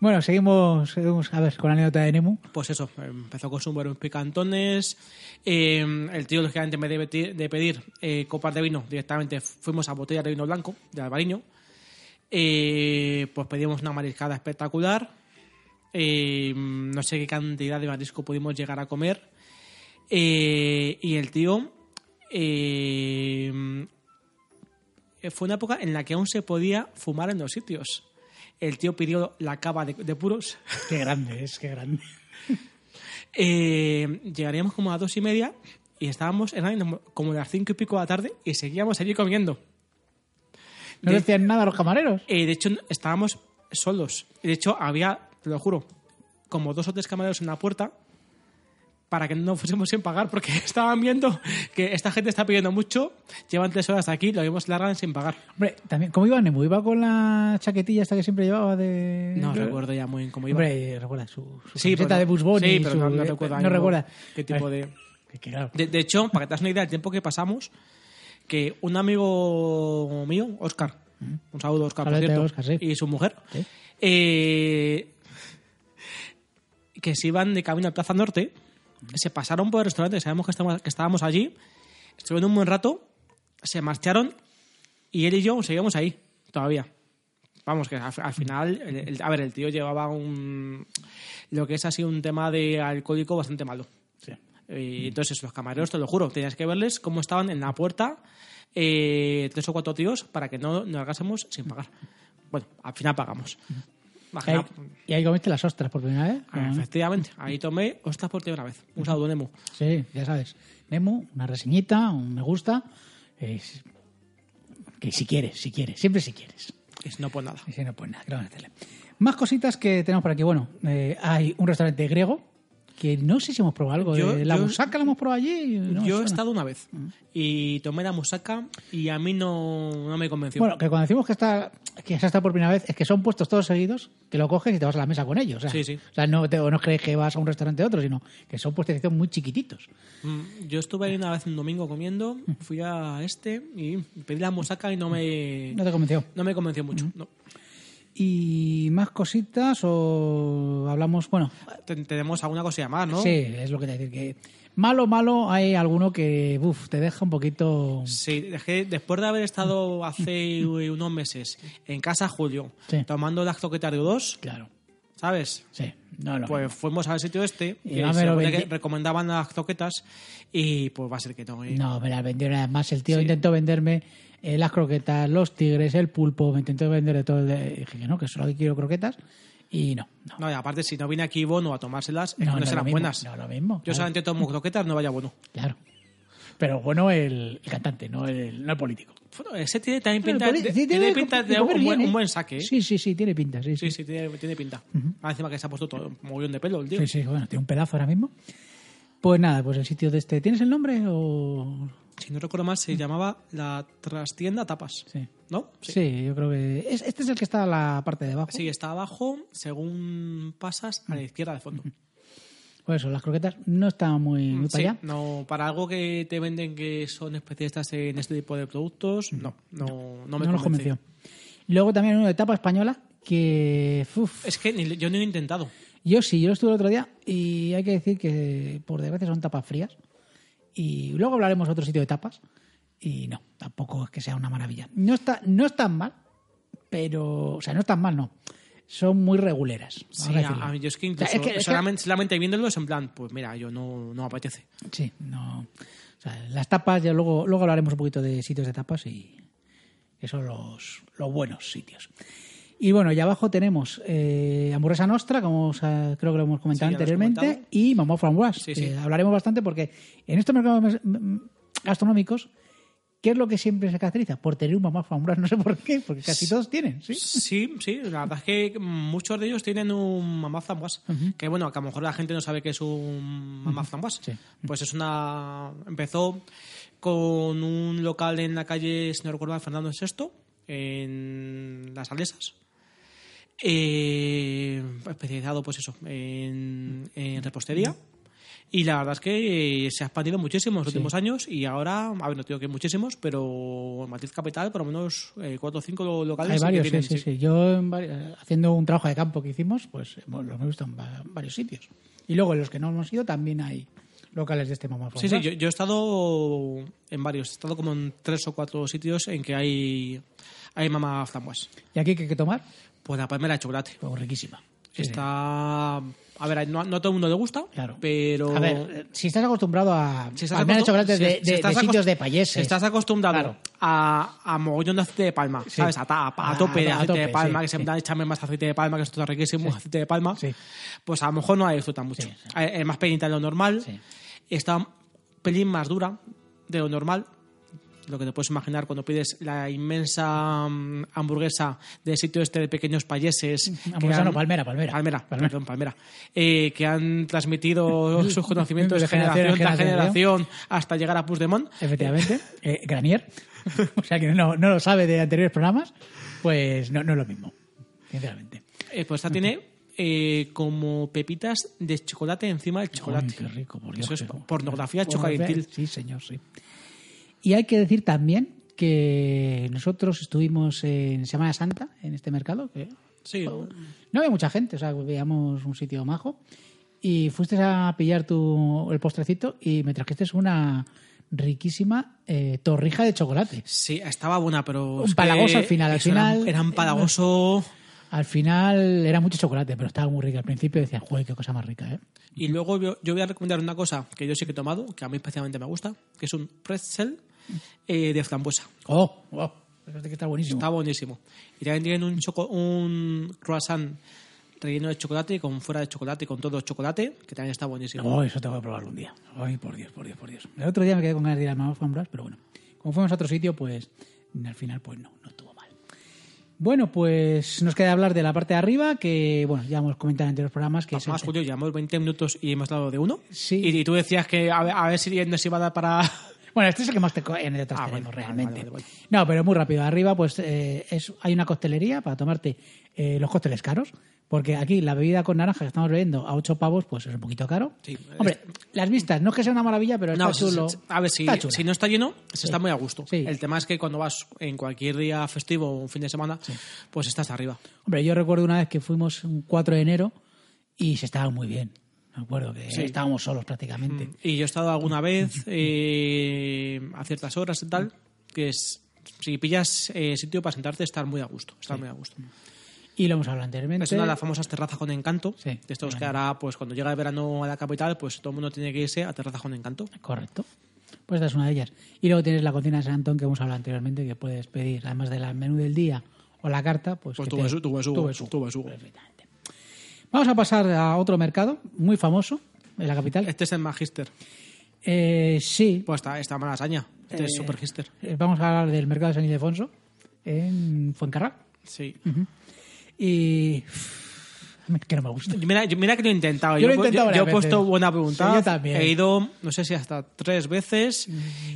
S1: Bueno, seguimos, seguimos a ver con la anécdota de Nemu.
S2: Pues eso, empezó con sus buenos picantones. eh, el tío, lógicamente, en vez de peti- de pedir eh, copas de vino, directamente fuimos a botellas de vino blanco de Albariño. Eh, pues pedimos una mariscada espectacular. Eh, no sé qué cantidad de marisco pudimos llegar a comer. Eh, y el tío. eh, fue una época en la que aún se podía fumar en los sitios. El tío pidió la cava de- de puros.
S1: Qué grande es, qué grande.
S2: Eh, llegaríamos como a las dos y media y estábamos eran como las cinco y pico de la tarde y seguíamos allí comiendo.
S1: No
S2: De-
S1: decían nada a los camareros.
S2: Eh, de hecho, estábamos solos. De hecho, había, te lo juro, como dos o tres camareros en la puerta para que no fuésemos sin pagar porque estaban viendo que esta gente está pidiendo mucho, llevan tres horas aquí, lo vimos largan sin pagar.
S1: Hombre, también, ¿cómo iba Nemu? ¿Iba con la chaquetilla esta que siempre llevaba de...?
S2: No recuerdo ya muy bien cómo iba.
S1: Eh, Hombre, recuerda su, su
S2: Sí,
S1: camiseta
S2: pero no-
S1: de Busboni.
S2: sí, pero
S1: su-
S2: no, no recuerdo ahí
S1: no
S2: cómo-
S1: recuerda. Eh,
S2: qué tipo
S1: Ay,
S2: de...
S1: que- que claro.
S2: De, de hecho, para que te hagas una idea del tiempo que pasamos, que un amigo mío, Oscar, un saludo Oscar, por
S1: Saludos,
S2: cierto,
S1: Óscar, sí.
S2: y su mujer,
S1: Sí.
S2: eh, que se iban de camino a Plaza Norte, se pasaron por el restaurante, sabemos que estábamos, que estábamos allí, estuvieron un buen rato, se marcharon y él y yo seguíamos ahí, todavía. Vamos, que al, al final, el- el- a ver, el tío llevaba un. lo que es así un tema de alcohólico bastante malo.
S1: Sí.
S2: Y Eh, entonces los camareros, te lo juro, tenías que verles cómo estaban en la puerta eh, tres o cuatro tíos para que no nos hagásemos sin pagar. Bueno, al final pagamos. Al
S1: Ahí-
S2: final-
S1: ¿Y ahí comiste las ostras por primera vez?
S2: ah, Efectivamente, ahí tomé ostras por primera vez. Un saludo, Nemo.
S1: Sí, ya sabes. Nemo, una reseñita, un me gusta. es- que si quieres, si quieres, siempre si quieres.
S2: Y si no, pues nada.
S1: Y si no, pues nada, ¿qué le vamos a hacerle? Más cositas que tenemos por aquí. Bueno, eh, hay un restaurante griego que no sé si hemos probado algo.
S2: Yo-
S1: de la
S2: yo-
S1: busaca la hemos probado allí. no me
S2: Yo he
S1: suena.
S2: estado una vez y tomé la musaca y a mí no, no me convenció.
S1: Bueno, que cuando decimos que está que has estado por primera vez, es que son puestos todos seguidos, que lo coges y te vas a la mesa con ellos. O sea,
S2: Sí, sí.
S1: O sea no, te, o no crees que vas a un restaurante a otro, sino que son puestecitos muy chiquititos.
S2: Mm, Yo estuve ahí una vez un domingo comiendo,
S1: Mm.
S2: fui a este y pedí la musaca y no me,
S1: No te convenció.
S2: no me convenció mucho. no.
S1: Y más cositas o hablamos, bueno,
S2: Ten- Tenemos alguna cosilla más, ¿no?
S1: sí, es lo que te voy a decir que malo malo hay alguno que buf, te deja un poquito
S2: Sí, es que después de haber estado hace unos meses en casa Julio
S1: Sí.
S2: tomando el acto que tardó dos,
S1: claro.
S2: ¿sabes?
S1: Sí, no lo.
S2: Pues fuimos al sitio este,
S1: Y
S2: que
S1: va a
S2: se
S1: ver,
S2: supone
S1: veinte-
S2: que recomendaban las toquetas y pues va a ser que tome.
S1: no, me las vendieron además el tío intentó venderme eh, las croquetas, los tigres, el pulpo, me intentó vender de todo el de- dije que no, que solo quiero croquetas y no, no.
S2: No, y aparte, si no viene aquí Bono a tomárselas, es que
S1: No,
S2: no,
S1: no es lo
S2: serán
S1: mismo,
S2: buenas.
S1: no es lo mismo,
S2: Yo
S1: claro.
S2: solamente tomo croquetas, no vaya Bono.
S1: Claro. Pero bueno el, el cantante, no el, no el político.
S2: Bueno, ese tiene también
S1: El
S2: pinta,
S1: poli-
S2: de-
S1: sí,
S2: tiene
S1: que
S2: pinta de
S1: comer
S2: un, buen,
S1: bien, ¿eh?
S2: un buen saque. ¿eh? Sí,
S1: Sí, sí, sí, tiene pinta, sí, sí.
S2: sí, tiene, tiene pinta. Ah, encima que se ha puesto todo, un mogollón de pelo el tío.
S1: Sí, sí, bueno, tiene un pedazo ahora mismo. Pues nada, pues el sitio de este. ¿Tienes el nombre o.?
S2: Si no recuerdo mal, se llamaba la trastienda tapas.
S1: Sí.
S2: ¿No?
S1: Sí, yo creo que. es- este es el que está a la parte de abajo.
S2: Sí, está abajo, según pasas, a la izquierda de fondo.
S1: Por eso, las croquetas no están muy, muy
S2: Mm, Sí,
S1: para allá.
S2: no, para algo que te venden que son especialistas en este tipo de productos, no, no, no me
S1: No nos
S2: convence.
S1: convenció. Luego también una etapa española que. uf,
S2: Es que ni- yo no he intentado.
S1: yo sí, yo lo estuve el otro día y hay que decir que, por desgracia, son tapas frías. Y luego hablaremos de otro sitio de tapas. Y no, tampoco es que sea una maravilla. No, está, no están mal, pero. O sea, no están mal, no. Son muy reguleras. vamos
S2: Sí,
S1: a
S2: a,
S1: decirlo.
S2: a mí yo es que
S1: O sea,
S2: incluso
S1: es que- es que-
S2: solamente, solamente viéndolos en plan, pues mira, yo no, no me apetece.
S1: Sí, no. O sea, las tapas, ya luego, luego hablaremos un poquito de sitios de tapas y que son los, los buenos sitios. Y bueno, y abajo tenemos eh, Hamburguesa Nostra, como os, eh, creo que lo hemos comentado
S2: Sí, ya lo has
S1: anteriormente,
S2: comentado.
S1: y Mamá Framboise.
S2: Sí,
S1: que
S2: sí.
S1: hablaremos bastante porque en estos mercados mes- m- gastronómicos, ¿qué es lo que siempre se caracteriza? Por tener un Mamá Framboise, no sé por qué, porque casi todos tienen, ¿sí?
S2: Sí, sí, la verdad es que muchos de ellos tienen un mamá framboise, que bueno, que a lo mejor la gente no sabe que es un mamá framboise.
S1: Sí.
S2: Pues es una empezó con un local en la calle, si no recuerdo mal, Fernando VI, en las Alesas. eh, especializado, pues eso, en, en repostería. Y la verdad es que eh, se ha expandido muchísimo en los últimos años y ahora, a ver, no digo que muchísimos, pero en Matriz Capital por lo menos eh, cuatro o cinco lo- locales.
S1: Hay
S2: sí que
S1: varios, sí,
S2: tienen,
S1: sí,
S2: sí.
S1: sí. Yo en vari- eh, haciendo un trabajo de campo que hicimos, pues hemos- los hemos visto en va- varios sitios. Y luego en los que no hemos ido también hay locales de este mamá.
S2: Sí, sí, yo, yo he estado en varios, he estado como en tres o cuatro sitios en que hay, hay mamá frambuesa.
S1: ¿Y aquí qué hay que tomar?
S2: Pues la palmera de chocolate.
S1: Pues riquísima. Sí, sí.
S2: Está. A ver, no, no a todo el mundo le gusta,
S1: Claro.
S2: pero.
S1: A ver, eh, si estás acostumbrado a
S2: si
S1: si
S2: estás
S1: de
S2: acostum-
S1: chocolates
S2: si-
S1: de,
S2: si
S1: de-
S2: estás
S1: de
S2: acos-
S1: sitios de eh. payeses.
S2: Si estás acostumbrado
S1: Claro.
S2: a, a mogollón de aceite de palma,
S1: Sí.
S2: ¿sabes? A, ta- a- a
S1: A-
S2: tope de
S1: a
S2: aceite de
S1: tope,
S2: palma,
S1: sí,
S2: que se
S1: sí.
S2: dan echarme más aceite de palma, que esto está riquísimo, aceite de palma.
S1: Sí.
S2: Pues a lo mejor no la disfrutan mucho.
S1: Sí, sí.
S2: Eh, Es más pequeñita de lo normal,
S1: Sí.
S2: está un pelín más dura de lo normal. Lo que te puedes imaginar cuando pides la inmensa mm, hamburguesa del sitio este de pequeños payeses. que
S1: Mm, Hamburguesa
S2: han-
S1: no, palmera, palmera.
S2: Palmera,
S1: Palmera.
S2: perdón, Palmera. Eh, que han transmitido sus conocimientos de
S1: De generación
S2: generación
S1: en
S2: tras
S1: generación.
S2: generación hasta llegar a Puigdemont.
S1: Efectivamente. Eh, Granier. o sea, que no, no lo sabe de anteriores programas, pues no, no es lo mismo. Sinceramente.
S2: Eh, pues esta tiene eh, como pepitas de chocolate encima del chocolate.
S1: Uy, qué rico, por Dios,
S2: Eso es
S1: qué rico.
S2: pornografía
S1: Pornografía,
S2: chocolatil.
S1: Sí, señor, sí. Y hay que decir también que nosotros estuvimos en Semana Santa en este mercado. que
S2: Sí,
S1: No había mucha gente, o sea, veíamos un sitio majo. Y fuiste a pillar tu, el postrecito y me trajiste una riquísima eh, torrija de chocolate.
S2: sí, estaba buena, pero.
S1: Un
S2: es que
S1: palagoso al final, al
S2: eso era-
S1: final-
S2: Era un palagoso.
S1: Al final era mucho chocolate, pero estaba muy rica. Al principio decía, joder, qué cosa más rica, ¿eh?
S2: Y luego yo, yo voy a recomendar una cosa que yo sí que he tomado, que a mí especialmente me gusta, que es un pretzel eh, de frambuesa.
S1: ¡Oh! ¡Oh! Eso tiene que está buenísimo.
S2: Está buenísimo. Y también tienen un, choco- un croissant relleno de chocolate y con fuera de chocolate y con todo chocolate, que también está buenísimo.
S1: Oh, eso tengo que probarlo un día. Ay, por Dios, por Dios, por Dios. El otro día me quedé con ganas de ir al Mama Fan Bros, pero bueno. Como fuimos a otro sitio, pues al final pues no, no estuvo mal. Bueno, pues nos queda hablar de la parte de arriba, que bueno, ya hemos comentado en anteriores programas que es el-
S2: Ah, Más, Julio, llevamos 20 minutos y hemos hablado de uno.
S1: Sí.
S2: Y, y tú decías que a ver, a ver si nos iba a dar para...
S1: Bueno, este es el que más te co- en el
S2: Ah,
S1: tenemos
S2: bueno, vale,
S1: realmente.
S2: vale, vale.
S1: No, pero muy rápido. Arriba, pues eh, es, hay una coctelería para tomarte eh, los cócteles caros. Porque aquí la bebida con naranja que estamos bebiendo a 8 pavos, pues es un poquito caro.
S2: Sí,
S1: Hombre, las vistas, no es que sea una maravilla, pero está
S2: No, si-
S1: chulo.
S2: si- a ver, si,
S1: Está chulo.
S2: si no está lleno, se está muy a gusto.
S1: Sí.
S2: El tema es que cuando vas en cualquier día festivo o un fin de semana, pues estás arriba.
S1: Hombre, yo recuerdo una vez que fuimos un 4 de enero y se estaba muy bien. Me acuerdo que
S2: Sí. Hmm.
S1: estábamos solos prácticamente.
S2: Y yo he estado alguna vez eh, a ciertas horas y tal, que es... Si pillas eh, sitio para sentarte, estar muy a gusto. Estar muy a gusto.
S1: Y lo hemos hablado anteriormente.
S2: Es una de las famosas terrazas con encanto.
S1: Sí,
S2: de estos que ahora, pues cuando llega el verano a la capital, pues todo el mundo tiene que irse a terrazas con encanto.
S1: Correcto. Pues esta es una de ellas. Y luego tienes la cocina de San Antón que hemos hablado anteriormente, que puedes pedir, además del menú del día o la carta, pues,
S2: Pues
S1: que
S2: tu
S1: te-
S2: besu- tu besugo,
S1: tu
S2: tu besugo.
S1: Perfectamente. Vamos a pasar a otro mercado muy famoso en la capital.
S2: Este es el Magister.
S1: Eh, sí,
S2: Pues está, está mala hazaña. Este es
S1: Eh,
S2: Super Hister.
S1: eh, vamos a hablar del mercado de San Ildefonso en Fuencarral.
S2: Sí.
S1: Y... que no me gusta.
S2: Mira, yo- mira que lo he intentado.
S1: Yo lo he intentado
S2: Yo,
S1: varias
S2: he puesto
S1: veces.
S2: buena pregunta.
S1: Sí, yo también. Mm,
S2: He ido, no sé si hasta tres veces.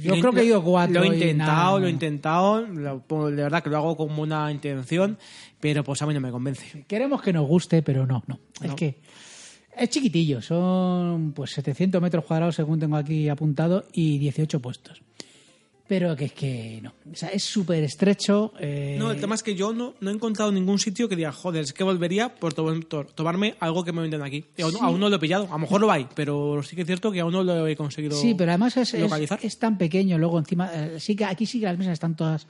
S1: Yo
S2: Y
S1: creo que he ido cuatro
S2: Lo he
S1: y
S2: intentado,
S1: nada.
S2: lo he intentado. Lo- de verdad que lo hago con una intención, pero pues a mí no me convence.
S1: Queremos que nos guste, pero no, no. Es
S2: No.
S1: que es chiquitillo, son pues 700 metros cuadrados según tengo aquí apuntado y 18 puestos. Pero que es que no. O sea, es súper estrecho. eh,
S2: No, el tema es que yo no, no he encontrado ningún sitio que diga, joder, es que volvería por to- to- tomarme algo que me venden aquí. Y aún, no- aún no lo he pillado, a lo mejor lo hay, pero sí que es cierto que aún no lo he conseguido
S1: Sí, pero además es, es-
S2: localizar.
S1: es tan pequeño. Luego encima, eh, sí que aquí sí que las mesas están todas,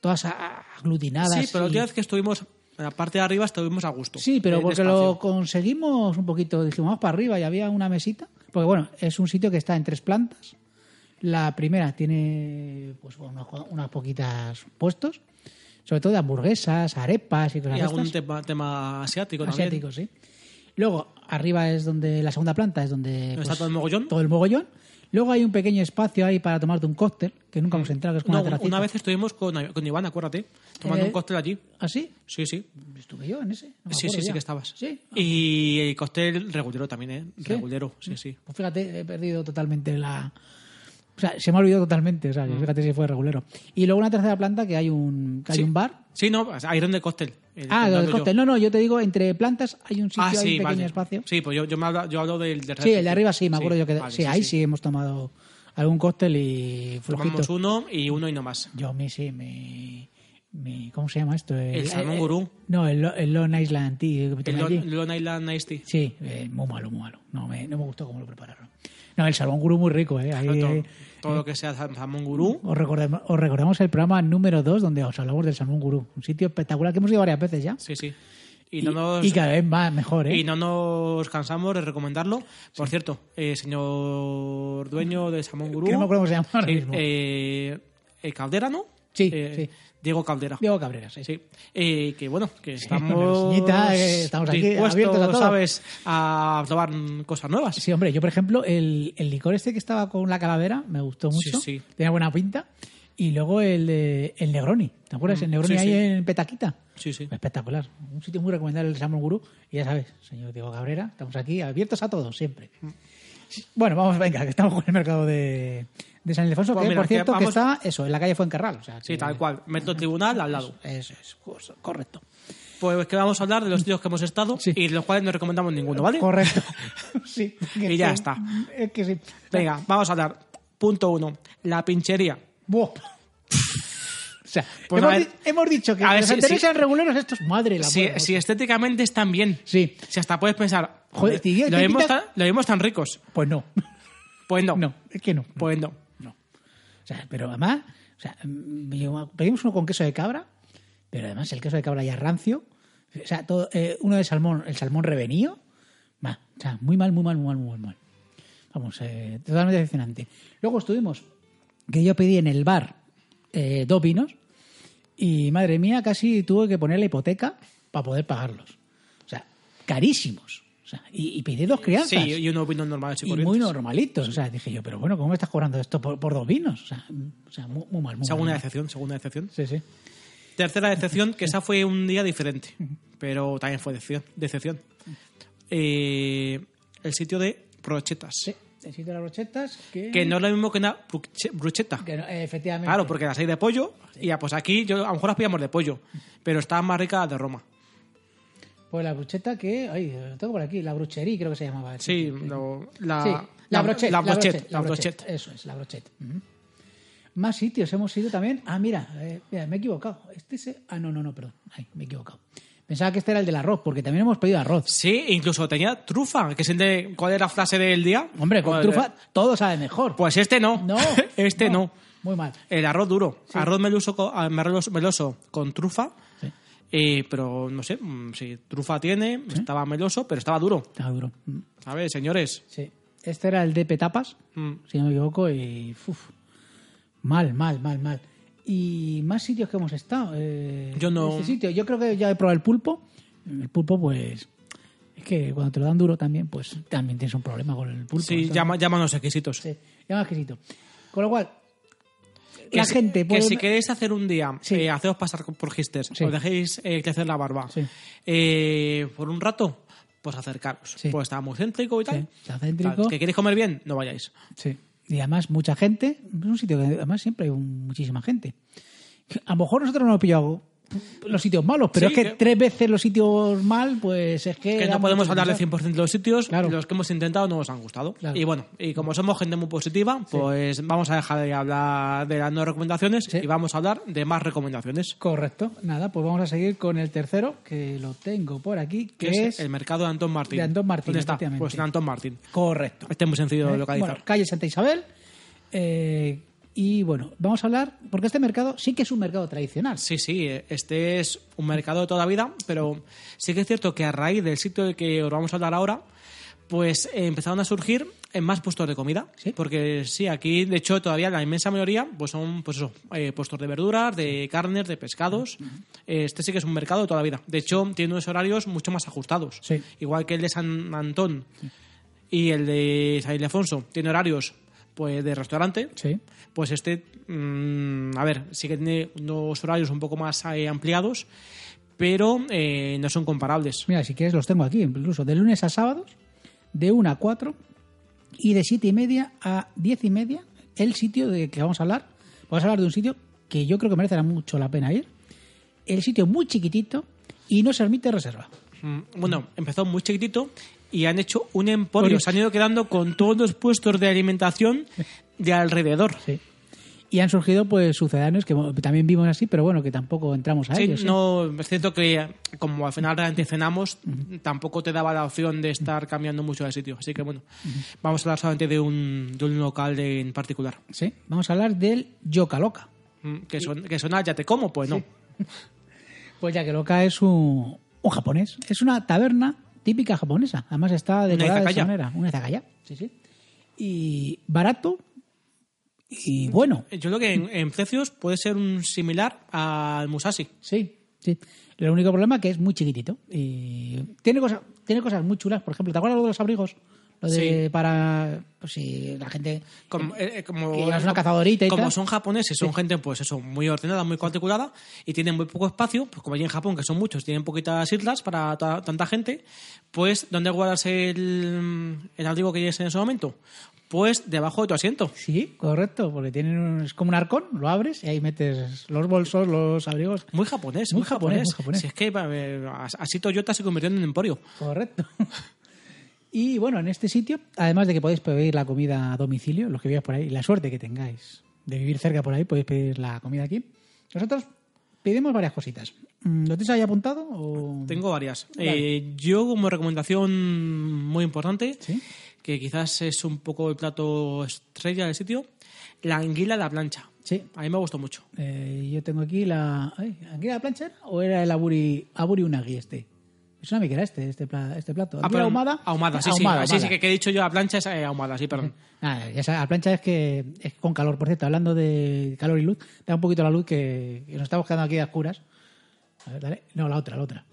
S1: todas a- aglutinadas.
S2: sí, pero la
S1: y-
S2: última vez que estuvimos en la parte de arriba estuvimos a gusto.
S1: Sí, pero
S2: Eh,
S1: porque
S2: despacio.
S1: lo conseguimos un poquito, dijimos, vamos para arriba y había una mesita. Porque bueno, es un sitio que está en tres plantas. La primera tiene pues bueno, unos, cua- unas poquitas puestos, sobre todo de hamburguesas, arepas y cosas
S2: Y
S1: de
S2: algún
S1: estas.
S2: tema, tema asiático, también.
S1: asiáticos, sí. Luego, arriba es donde la segunda planta es donde pues,
S2: está todo el mogollón?
S1: Eh, todo el mogollón. Luego hay un pequeño espacio ahí para tomarte un cóctel, que nunca hemos entrado, que es como
S2: Mm. No,
S1: una
S2: una,
S1: terracita.
S2: vez estuvimos con, con Iván, acuérdate, tomando
S1: Eh, Ah.
S2: un cóctel allí.
S1: ¿Así?
S2: Sí, sí.
S1: Estuve yo en ese. no me
S2: sí,
S1: acuerdo
S2: sí, sí
S1: ya.
S2: que estabas.
S1: Sí.
S2: Y el cóctel regulero también, ¿eh? Regulero, sí, sí.
S1: Pues fíjate, he perdido totalmente la, O sea, se me ha olvidado totalmente, o sea,
S2: Mm.
S1: que fíjate si fue regulero. Y luego una tercera planta que hay un, que hay
S2: Sí.
S1: un bar.
S2: Sí, no, hay donde cóctel. eh,
S1: Ah,
S2: contando
S1: del
S2: yo.
S1: cóctel. No, no, yo te digo, entre plantas hay un sitio,
S2: Ah,
S1: hay un
S2: sí,
S1: pequeño
S2: vale.
S1: espacio.
S2: Sí, pues yo, yo, me habla- yo hablo del de
S1: Sí, el de arriba sí, me acuerdo yo que.
S2: vale,
S1: sí, ahí sí. hemos tomado algún cóctel y
S2: Tomamos
S1: flojito.
S2: uno y uno y no más.
S1: Yo a mí sí, me. me- ¿Cómo se llama esto? eh,
S2: El salmón gurú.
S1: No, el, lo- el Long Island Tea que me
S2: El
S1: tomé allí.
S2: Lon- Long Island Iced Tea.
S1: Sí, eh, muy malo, muy malo. No me, no me gustó cómo lo prepararon. No, el salmón gurú muy rico, ¿eh? Ahí,
S2: Claro,
S1: eh,
S2: todo, todo lo que sea sal- salmón gurú.
S1: os, recordamos, os recordamos el programa número 2 donde os hablamos del salmón gurú. Un sitio espectacular que hemos ido varias veces ya.
S2: Sí, sí. Y no nos,
S1: y cada vez más mejor, ¿eh?
S2: y no nos cansamos de recomendarlo. Por cierto, eh, señor dueño de Salmón Gurú.
S1: Que no me acuerdo cómo se llama ahora
S2: eh,
S1: mismo.
S2: eh, eh, Caldera, ¿no?
S1: Sí,
S2: Eh,
S1: sí.
S2: Diego Caldera.
S1: Diego Cabrera, sí.
S2: Sí, eh, que bueno, que
S1: bueno,
S2: estamos,
S1: Siñita, eh, estamos aquí
S2: dispuestos,
S1: abiertos a todo.
S2: ¿sabes? A probar mm, cosas nuevas.
S1: Sí, hombre, yo por ejemplo, el, el licor este que estaba con la calavera me gustó
S2: Sí,
S1: mucho.
S2: sí.
S1: Tenía buena pinta. Y luego el, de- el Negroni, ¿te acuerdas?
S2: Mm,
S1: el Negroni
S2: sí,
S1: ahí
S2: sí.
S1: en Petaquita.
S2: Sí, sí.
S1: Espectacular. Un sitio muy recomendable el Samuel Guru. Y ya sabes, señor Diego Cabrera, estamos aquí abiertos a todos, siempre.
S2: Mm.
S1: Bueno, vamos, venga, que estamos con el mercado de, de San Ildefonso,
S2: Pues
S1: que
S2: mira,
S1: por cierto
S2: que
S1: que
S2: vamos-
S1: está eso, en la calle Fuencarral. O sea,
S2: Sí,
S1: que-
S2: tal cual. Metro Tribunal al lado.
S1: Eso es, cos- correcto.
S2: Pues que vamos a hablar de los sitios que hemos estado
S1: Sí.
S2: y de los cuales no recomendamos ninguno, ¿vale?
S1: Correcto. sí.
S2: Y ya está.
S1: Es que sí.
S2: Venga, vamos a hablar. Punto uno, la pinchería.
S1: Buah. O sea,
S2: Pues
S1: hemos,
S2: a ver.
S1: di- hemos dicho que
S2: A ver,
S1: los
S2: si-
S1: anteriores
S2: si-
S1: eran reguleros, estos, madre la
S2: Si,
S1: puta.
S2: si estéticamente están bien,
S1: Sí.
S2: si hasta puedes pensar,
S1: Joder, tío,
S2: lo,
S1: ¿te
S2: vimos
S1: quitas?
S2: tan, lo vimos tan ricos.
S1: Pues no.
S2: Pues no,
S1: No, es que no.
S2: pues no.
S1: O sea, pero además, o sea, mm, yo- pedimos uno con queso de cabra, pero además el queso de cabra ya rancio. O sea, todo, eh, uno de salmón, el salmón revenido. Va, o sea, muy mal, muy mal, muy mal, muy mal, muy mal. Vamos, eh, totalmente decepcionante. Luego estuvimos, que yo pedí en el bar eh, dos vinos y madre mía, casi tuve que poner la hipoteca para poder pagarlos. O sea, carísimos. O sea, y, y pedí dos crianzas
S2: Sí, y unos vinos normales y,
S1: y muy
S2: corrientes.
S1: normalitos. O sea, dije yo, pero bueno, ¿cómo me estás cobrando esto por, por dos vinos? O sea, mm, o sea, muy, muy mal. Muy
S2: Segunda
S1: mal.
S2: decepción, segunda decepción.
S1: Sí, sí.
S2: Tercera decepción, que esa fue un día diferente, pero también fue decepción. decepción. Eh, el sitio de brochetas.
S1: Sí, el sitio de las brochetas que...
S2: Que no es lo mismo que una bruche- brucheta.
S1: que no- eh, efectivamente.
S2: Claro, porque las hay de pollo y ya, pues aquí yo, a lo mejor las pillamos de pollo, pero estaban más ricas las de Roma.
S1: Pues la brocheta que... Ay, lo tengo por aquí. La bruchería creo que se llamaba.
S2: Sí, lo- la,
S1: Sí, la brocheta.
S2: La brochette,
S1: La brocheta.
S2: la brochette.
S1: Eso es, la brocheta. Ujú. Más sitios hemos ido también. Ah, mira, eh, mira, me he equivocado. Este es... Ah, no, no, no, perdón. Ay, me he equivocado. Pensaba que este era el del arroz, porque también hemos pedido arroz.
S2: Sí, incluso tenía trufa, que siente cuál era la frase del día.
S1: Hombre, con
S2: Madre.
S1: trufa todo sabe mejor.
S2: Pues este no.
S1: No.
S2: este no.
S1: Muy mal.
S2: El arroz duro. Arroz meloso, co- ah, arroz meloso con trufa.
S1: Sí.
S2: Eh, pero no sé mm, si trufa tiene, estaba meloso, pero estaba duro.
S1: Está duro. Mm.
S2: ¿Sabes, señores?
S1: Sí. Este era el de Petapas,
S2: Mm.
S1: si no me equivoco, y. uf, mal, mal, mal, mal. Y más sitios que hemos estado. eh,
S2: Yo no-
S1: Este sitio. Yo creo que ya he probado el pulpo. El pulpo, pues. Es que cuando te lo dan duro también, pues también tienes un problema con el pulpo.
S2: Sí,
S1: Entonces,
S2: llama, llámanos exquisitos.
S1: sí, llama exquisito. Con lo cual,
S2: Que
S1: la
S2: si-
S1: gente.
S2: que
S1: puede-
S2: si queréis hacer un día,
S1: Sí.
S2: eh, haceos pasar por Gister,
S1: Sí.
S2: os dejéis eh, crecer la barba
S1: Sí.
S2: eh, por un rato, pues acercaros.
S1: Sí.
S2: Pues está muy céntrico y tal.
S1: Sí, está céntrico.
S2: Tal, ¿Que queréis comer bien? No vayáis.
S1: Sí. Y además mucha gente. Es un sitio que además siempre hay un- muchísima gente. A lo mejor nosotros no hemos pillado los sitios malos, pero
S2: Sí,
S1: es que,
S2: que-
S1: tres veces los sitios mal, pues es que...
S2: Que
S1: da
S2: no podemos
S1: mucho
S2: hablar del
S1: pensar.
S2: 100% de los sitios,
S1: Claro.
S2: los que hemos intentado no nos han gustado.
S1: Claro.
S2: Y bueno, y como somos gente muy positiva, pues vamos a dejar de hablar de las no recomendaciones
S1: Sí.
S2: y vamos a hablar de más recomendaciones.
S1: Correcto. Nada, pues vamos a seguir con el tercero, que lo tengo por aquí, que,
S2: Que es,
S1: es...
S2: el mercado de Antón Martín.
S1: de Antón Martín,
S2: ¿Dónde está?
S1: efectivamente.
S2: Pues en Antón Martín.
S1: Correcto.
S2: Este es muy sencillo de
S1: ¿Eh?
S2: localizar.
S1: Bueno, calle Santa Isabel. eh, y bueno, vamos a hablar, porque este mercado sí que es un mercado tradicional.
S2: Sí, sí, eh, este es un mercado de toda la vida, pero sí que es cierto que a raíz del sitio del que os vamos a hablar ahora, pues eh, empezaron a surgir eh, más puestos de comida.
S1: Sí.
S2: Porque sí, aquí de hecho todavía la inmensa mayoría pues son pues eso, eh, puestos de verduras, de carnes, de pescados. Eh, Este sí que es un mercado de toda la vida. De hecho, tiene unos horarios mucho más ajustados.
S1: Sí.
S2: Igual que el de San Antón y el de San Ildefonso, tiene horarios pues de restaurante,
S1: Sí.
S2: pues este, mm, a ver, sí que tiene unos horarios un poco más eh, ampliados, pero eh, no son comparables.
S1: Mira, si quieres los tengo aquí, incluso de lunes a sábados, de 1 a 4 y de 7 y media a 10 y media, el sitio de que vamos a hablar. Vamos a hablar de un sitio que yo creo que merece mucho la pena ir. El sitio muy chiquitito y no se admite reserva.
S2: Mm, Bueno, empezó muy chiquitito y han hecho un emporio. Se han ido quedando con todos los puestos de alimentación de alrededor.
S1: Sí. Y han surgido pues sucedáneos que bueno, también vimos así, pero bueno, que tampoco entramos a
S2: Sí,
S1: ellos. ¿eh?
S2: no, es cierto que como al final realmente cenamos, tampoco te daba la opción de estar cambiando mucho de sitio. Así que bueno, vamos a hablar solamente de un, de un local de- en particular.
S1: Sí. Vamos a hablar del Yoca Loca.
S2: Mm, Que, suena, que suena ya te como, pues no.
S1: Pues ya que Loca es un, un japonés. Es una taberna típica japonesa. Además está decorada de esa
S2: izakaya.
S1: manera. Una izakaya. Sí, sí. Y barato y bueno.
S2: Yo creo que en, en precios puede ser un similar al Musashi.
S1: Sí, sí. El único problema es que es muy chiquitito. Y tiene, cosas, tiene cosas muy chulas. Por ejemplo, ¿te acuerdas lo de los abrigos? Lo de para... Pues si la gente...
S2: Como, eh, eh, como-
S1: Que llevas una cazadorita y
S2: como
S1: tal.
S2: son japoneses, son gente pues eso, muy ordenada, muy cuadriculada y tienen muy poco espacio, pues como allí en Japón, que son muchos, tienen poquitas islas para ta- tanta gente, pues ¿dónde guardas el, el abrigo que lleves en ese momento? Pues debajo de tu asiento.
S1: Sí, correcto, porque tienen un- es como un arcón, lo abres y ahí metes los bolsos, los abrigos.
S2: Muy japonés,
S1: Muy
S2: muy,
S1: japonés,
S2: japonés.
S1: muy japonés.
S2: Si es que eh, as- así Toyota se convirtió en un emporio.
S1: Correcto. Y bueno, en este sitio, además de que podéis pedir la comida a domicilio, los que viváis por ahí, la suerte que tengáis de vivir cerca por ahí, podéis pedir la comida aquí. Nosotros pedimos varias cositas. Mm, ¿Lo tenéis ahí apuntado? O...
S2: Tengo varias.
S1: Vale.
S2: Eh, yo como recomendación muy importante,
S1: Sí.
S2: que quizás es un poco el plato estrella del sitio, la anguila a la plancha.
S1: Sí.
S2: A mí me gustó mucho.
S1: Eh, yo tengo aquí la. Ay, ¿Aquí era la plancha era? o era el aburi, aburi unagi este? Es una que era este, este, pla- este plato.
S2: Ah,
S1: ¿Anguila
S2: pero-
S1: ahumada?
S2: Ahumada, sí,
S1: Ahumada,
S2: sí. Sí, sí,
S1: ahumada.
S2: que, que he dicho yo, la plancha es eh, ahumada, sí, perdón.
S1: Nada, ya sabes, la plancha es que es con calor, por cierto. Hablando de calor y luz, da un poquito la luz que, que nos estamos quedando aquí a oscuras. A ver, dale. No, la otra, la otra.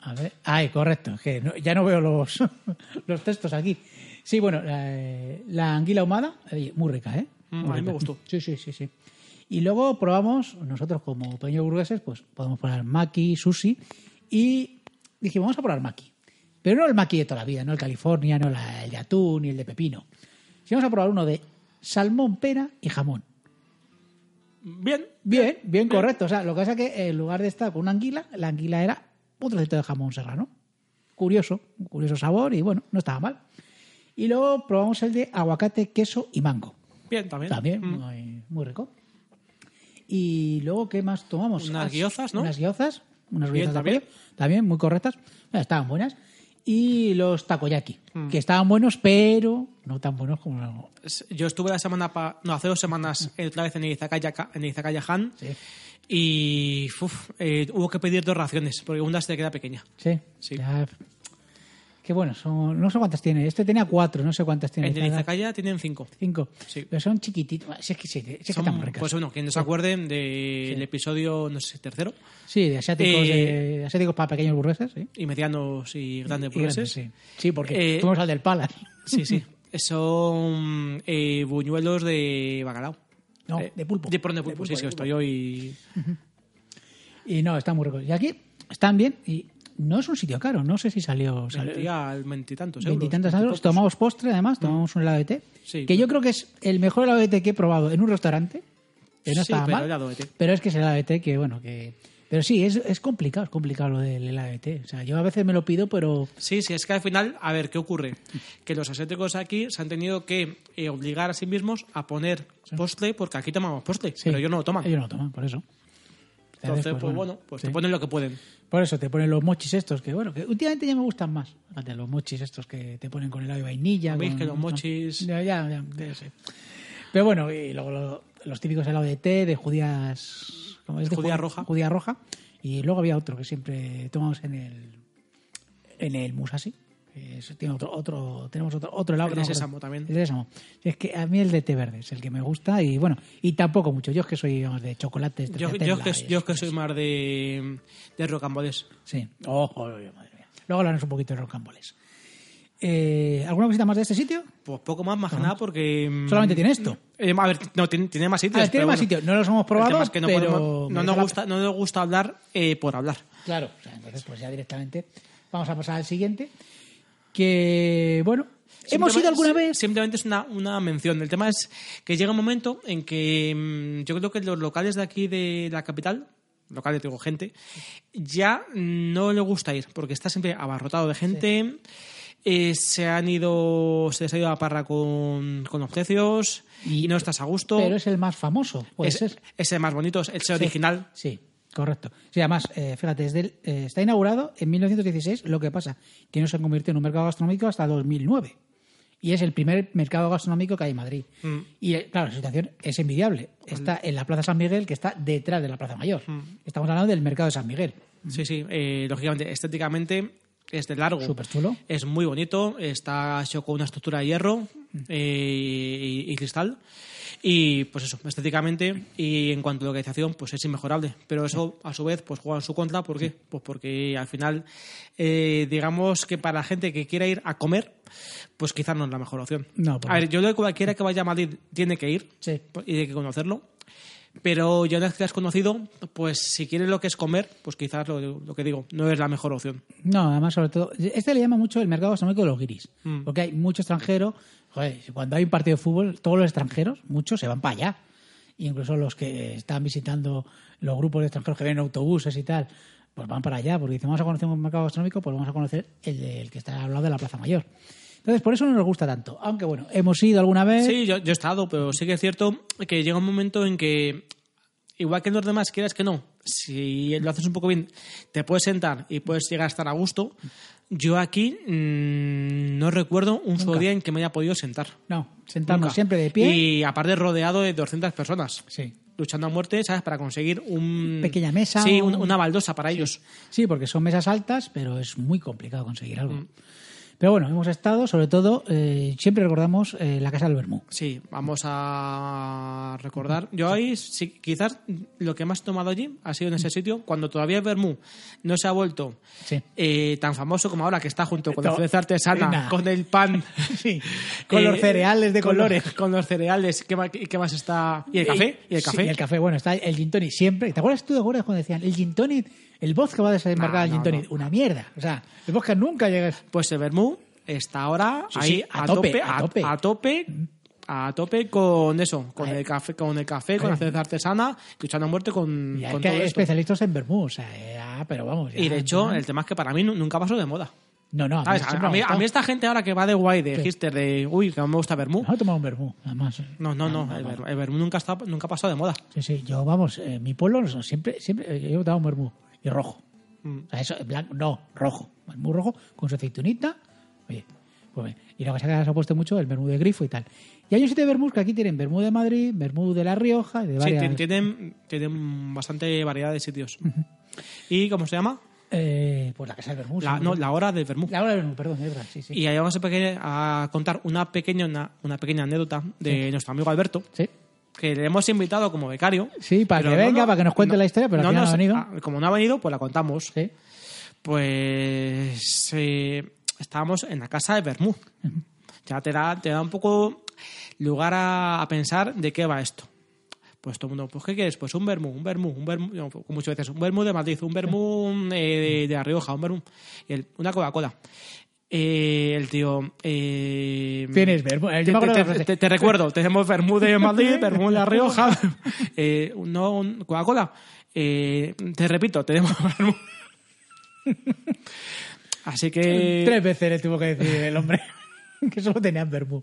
S1: A ver. Ay, correcto. es que no- ya no veo los, los textos aquí. Sí, bueno, eh, la anguila ahumada, oye, muy rica, ¿eh?
S2: Mm,
S1: Muy
S2: a mí
S1: rica.
S2: me gustó.
S1: Sí, sí, sí, sí. Y luego probamos, nosotros como pequeños burgueses, pues podemos probar maki, sushi. Y dijimos, vamos a probar maki. Pero no el maki de toda la vida, no el California, no la- el de atún ni el de pepino. Si vamos a probar uno de salmón, pera y jamón.
S2: Bien,
S1: Bien, bien correcto. O sea, lo que pasa es que en lugar de estar con una anguila, la anguila era un trocito de jamón serrano. Curioso, un curioso sabor y bueno, no estaba mal. Y luego probamos el de aguacate, queso y mango.
S2: bien, también.
S1: También,
S2: Mm.
S1: muy, muy rico. Y luego, ¿qué más tomamos?
S2: Unas
S1: Ah,
S2: guiozas, ¿no?
S1: Unas guiozas, unas
S2: Bien,
S1: guiozas de
S2: también.
S1: pollo, también muy correctas. Bueno, estaban buenas. Y los takoyaki,
S2: Mm.
S1: que estaban buenos, pero no tan buenos como...
S2: S- Yo estuve la semana, pa- no, hace dos semanas, eh, otra vez en Izakaya, Ka- en Izakaya Han.
S1: Sí.
S2: Y uf, eh, hubo que pedir dos raciones, porque una se te queda pequeña.
S1: Sí.
S2: Sí.
S1: Ya- Qué bueno, son, no sé cuántas tiene. Este tenía cuatro, no sé cuántas tiene.
S2: En el
S1: Cada
S2: Izakaya tienen cinco.
S1: Cinco.
S2: Este Sí.
S1: Pero son chiquititos. Bueno, Si es que, sí, si es que
S2: Son-
S1: están ricas.
S2: pues bueno, quien no se acuerde del episodio, no sé si tercero,
S1: sí, de asiáticos,
S2: Eh,
S1: de asiáticos para pequeños burgueses, sí.
S2: y medianos y grandes
S1: Y grandes,
S2: burgueses.
S1: sí. Sí, porque
S2: Eh,
S1: fuimos al del Palace.
S2: Sí, sí. Son eh, buñuelos de bacalao.
S1: No,
S2: Eh,
S1: de pulpo.
S2: De, perdón, de pulpo, sí,
S1: de
S2: es que estoy hoy.
S1: Y no, están muy ricos. Y aquí están bien. Y no es un sitio caro. No sé si salió. salió
S2: Saldría al veintitantos euros.
S1: Veintitantos euros.
S2: veintipocos.
S1: Tomamos postre, además. Tomamos un helado de té.
S2: Sí.
S1: que yo creo que es el mejor helado de té que he probado en un restaurante. Que eh, no
S2: Sí,
S1: estaba
S2: pero eh,
S1: mal.
S2: helado de té.
S1: Pero es que es el helado de té que, bueno, que. Pero sí, es, es complicado, es complicado lo del helado de té. O sea, yo a veces me lo pido, pero.
S2: Sí, sí, es que al final, a ver, ¿qué ocurre? Que los asiáticos aquí se han tenido que eh, obligar a sí mismos a poner postre, porque aquí tomamos postre,
S1: sí,
S2: pero ellos no lo toman.
S1: Ellos no lo toman, por eso.
S2: Entonces, pues bueno, pues
S1: sí.
S2: te ponen lo que pueden.
S1: Por eso te ponen los mochis estos, que bueno, que últimamente ya me gustan más. Fíjate, los mochis estos que te ponen con helado de vainilla.
S2: A mí es
S1: con-
S2: que los mochis-
S1: Ya, ya, ya, ya sé. Pero bueno, y luego lo- los típicos helado de té, de judías. ¿cómo es? De
S2: Judía
S1: ju-
S2: roja.
S1: Judía roja. Y luego había otro que siempre tomamos en el. En el Musashi. que es- tiene otro, otro, tenemos otro, otro helado.
S2: El
S1: que
S2: de
S1: no me acuerdo.
S2: sésamo también.
S1: El de sésamo. Es que a mí el de té verde es el que me gusta y bueno, y tampoco mucho. Yo es que soy, digamos, de chocolates. De
S2: Yo, yo,
S1: Nutella
S2: que,
S1: y
S2: yo
S1: eso.
S2: que soy más de, de rocamboles.
S1: Sí. Ojo, madre mía. Luego hablaremos un poquito de rocamboles. Eh, ¿Alguna cosita más de este sitio?
S2: Pues poco más, más que nada, porque. mm,
S1: Solamente tiene esto.
S2: eh, a ver, no, tiene, tiene más sitios.
S1: A ver, tiene
S2: pero
S1: más
S2: bueno.
S1: sitios. No los hemos
S2: El tema
S1: probado,
S2: es que no,
S1: pero
S2: podemos- no
S1: merece
S2: nos
S1: la
S2: gusta, no nos gusta hablar eh, por hablar.
S1: pena. Claro. O sea, entonces, pues ya directamente vamos a pasar al siguiente. Que, bueno, ¿Hemos
S2: Simplemente-
S1: ido alguna vez?
S2: Simplemente es una, una mención. El tema es que llega un momento en que mm, yo creo que los locales de aquí de la capital, locales, digo, gente, ya no le gusta ir porque está siempre abarrotado de gente. eh, se han ido, se les ha ido a parra con, con obsecios
S1: Y-
S2: y, no estás a gusto.
S1: Pero es el más famoso, puede
S2: es,
S1: ser.
S2: es el más bonito, es el original.
S1: Sí, correcto. Sí, además, eh, fíjate, es del- eh, está inaugurado en 1916, lo que pasa, que no se convirtió en un mercado gastronómico hasta 2009. Y es el primer mercado gastronómico que hay en Madrid.
S2: Mm.
S1: Y eh, claro, la situación es envidiable. Está en la Plaza San Miguel, que está detrás de la Plaza Mayor. Estamos hablando del mercado de San Miguel.
S2: Sí, sí. eh, lógicamente, estéticamente es de largo.
S1: Súper chulo.
S2: Es muy bonito, está hecho con una estructura de hierro eh, y, y cristal. Y pues eso, estéticamente y en cuanto a localización, pues es inmejorable. Pero eso, a su vez, pues juega en su contra. ¿Por qué? Pues porque al final, eh, digamos que para la gente que quiera ir a comer, pues quizás no es la mejor opción.
S1: No, por
S2: a ver, yo creo que cualquiera que vaya a Madrid tiene que ir
S1: Sí.
S2: y hay que conocerlo. Pero ya una vez que lo has conocido, pues si quieres lo que es comer, pues quizás lo, lo que digo, no es la mejor opción.
S1: No, además, sobre todo, este le llama mucho el mercado gastronómico de los guiris.
S2: Mm.
S1: Porque hay mucho extranjero. Joder, cuando hay un partido de fútbol, todos los extranjeros, muchos, se van para allá. Y incluso los que están visitando los grupos de extranjeros que vienen en autobuses y tal, pues van para allá. Porque dicen, vamos a conocer un mercado gastronómico, pues vamos a conocer el, de- el que está al lado de la Plaza Mayor. Entonces, por eso no nos gusta tanto. Aunque bueno, hemos ido alguna vez.
S2: Sí, yo, yo he estado, pero sí que es cierto que llega un momento en que, igual que los demás, quieras que no, si lo haces un poco bien, te puedes sentar y puedes llegar a estar a gusto. Yo aquí mm, no recuerdo un solo día en que me haya podido sentar.
S1: No, sentarnos
S2: Nunca.
S1: siempre de pie.
S2: Y aparte rodeado de 200 personas.
S1: Sí.
S2: Luchando a muerte, ¿sabes? Para conseguir un...
S1: Pequeña mesa,
S2: Sí,
S1: un-
S2: un- una baldosa para ellos.
S1: Sí, porque son mesas altas, pero es muy complicado conseguir algo.
S2: Mm.
S1: Pero bueno, hemos estado, sobre todo, eh, siempre recordamos eh, la Casa del Bermú.
S2: Sí, vamos a recordar. Yo ahí, sí, quizás lo que más he tomado allí ha sido en ese sitio, cuando todavía Bermú no se ha vuelto
S1: Sí.
S2: eh, tan famoso como ahora, que está junto con la
S1: To-
S2: cerveza artesana,
S1: Nah.
S2: con el pan.
S1: Sí, con
S2: Eh,
S1: los cereales de
S2: con los-
S1: colores.
S2: con los cereales, ¿qué más, y qué más está? ¿Y el café? ¿Y el
S1: Sí,
S2: café?
S1: el café, bueno, está el gin tonic siempre. ¿Te acuerdas tú de acuerdas cuando decían el gin tonic, el vodka va a desembarcar
S2: No,
S1: el gin
S2: no,
S1: tonic?
S2: no.
S1: Una mierda. O sea, el vodka nunca llega. a-
S2: Pues el Bermú está ahora
S1: Sí,
S2: ahí
S1: sí, a
S2: a,
S1: tope,
S2: tope,
S1: a
S2: a,
S1: tope.
S2: a tope. a tope con eso, con
S1: Ahí.
S2: el café, con el café, con la cerveza artesana, luchando a muerte con,
S1: Y hay
S2: Mm, con
S1: que-
S2: todo esto.
S1: especialistas en Bermú, o sea, eh, ah, pero vamos.
S2: Y
S1: ya,
S2: de hecho,
S1: ya.
S2: el tema es que para mí nu- nunca pasó de moda.
S1: no, no, a mí,
S2: ¿Sabes? A,
S1: siempre
S2: a
S1: me
S2: mí,
S1: ha
S2: a mí
S1: gustado.
S2: esta gente ahora que va de guay, de
S1: Sí. Ah.
S2: hipster, de uy, que no me gusta Bermú.
S1: No he tomado un Bermú, además.
S2: No, no,
S1: Ah,
S2: no. El, ver- el Bermú nunca, está, nunca ha pasado de moda.
S1: Sí, sí, yo, vamos, eh, mi pueblo no, siempre, siempre, eh, yo he votado un vermú y rojo.
S2: Mm.
S1: O sea, eso, en blanco, no, rojo. Vermú rojo con su aceitunita. Oye, pues bien. Y lo que pasa es que se ha puesto mucho el vermú de grifo y tal. Y hay un sitio de vermú que aquí tienen vermú de Madrid, vermú de La Rioja y de
S2: Sí,
S1: varias.
S2: tien- tienen, tienen bastante variedad de sitios. ¿Y cómo se llama?
S1: Eh, pues la casa del vermú.
S2: La,
S1: sí.
S2: no, la hora del Bermú.
S1: La hora del vermú, perdón, es verdad, sí, sí.
S2: Y ahí vamos a, peque- a contar una pequeña, una, una pequeña anécdota de nuestro amigo Alberto,
S1: Sí.
S2: que le hemos invitado como becario.
S1: Sí, para
S2: pero
S1: que
S2: no
S1: venga,
S2: nos-
S1: para que nos cuente la historia, pero al final no ha
S2: nos-
S1: venido.
S2: ah, Como no ha venido, pues la contamos.
S1: Sí.
S2: Pues eh, estábamos en la casa de Bermú. Ya te da, te da un poco lugar a, a pensar de qué va esto. Pues todo el mundo, pues ¿qué quieres? Pues un vermú, un vermú, un vermú, yo, como muchas veces, un vermú de Madrid, un vermú eh, de, de La Rioja, un vermú, y el- una Coca-Cola. Eh, el tío... eh,
S1: Tienes vermú. eh,
S2: te,
S1: yo me acuerdo
S2: te-
S1: de la frase.
S2: te- te recuerdo, tenemos Bermú de Madrid, Bermú de La Rioja, eh, no un- Coca-Cola. Eh, te repito, tenemos Bermú. Así que...
S1: Tres veces le tuvo que decir el hombre que solo tenían vermú.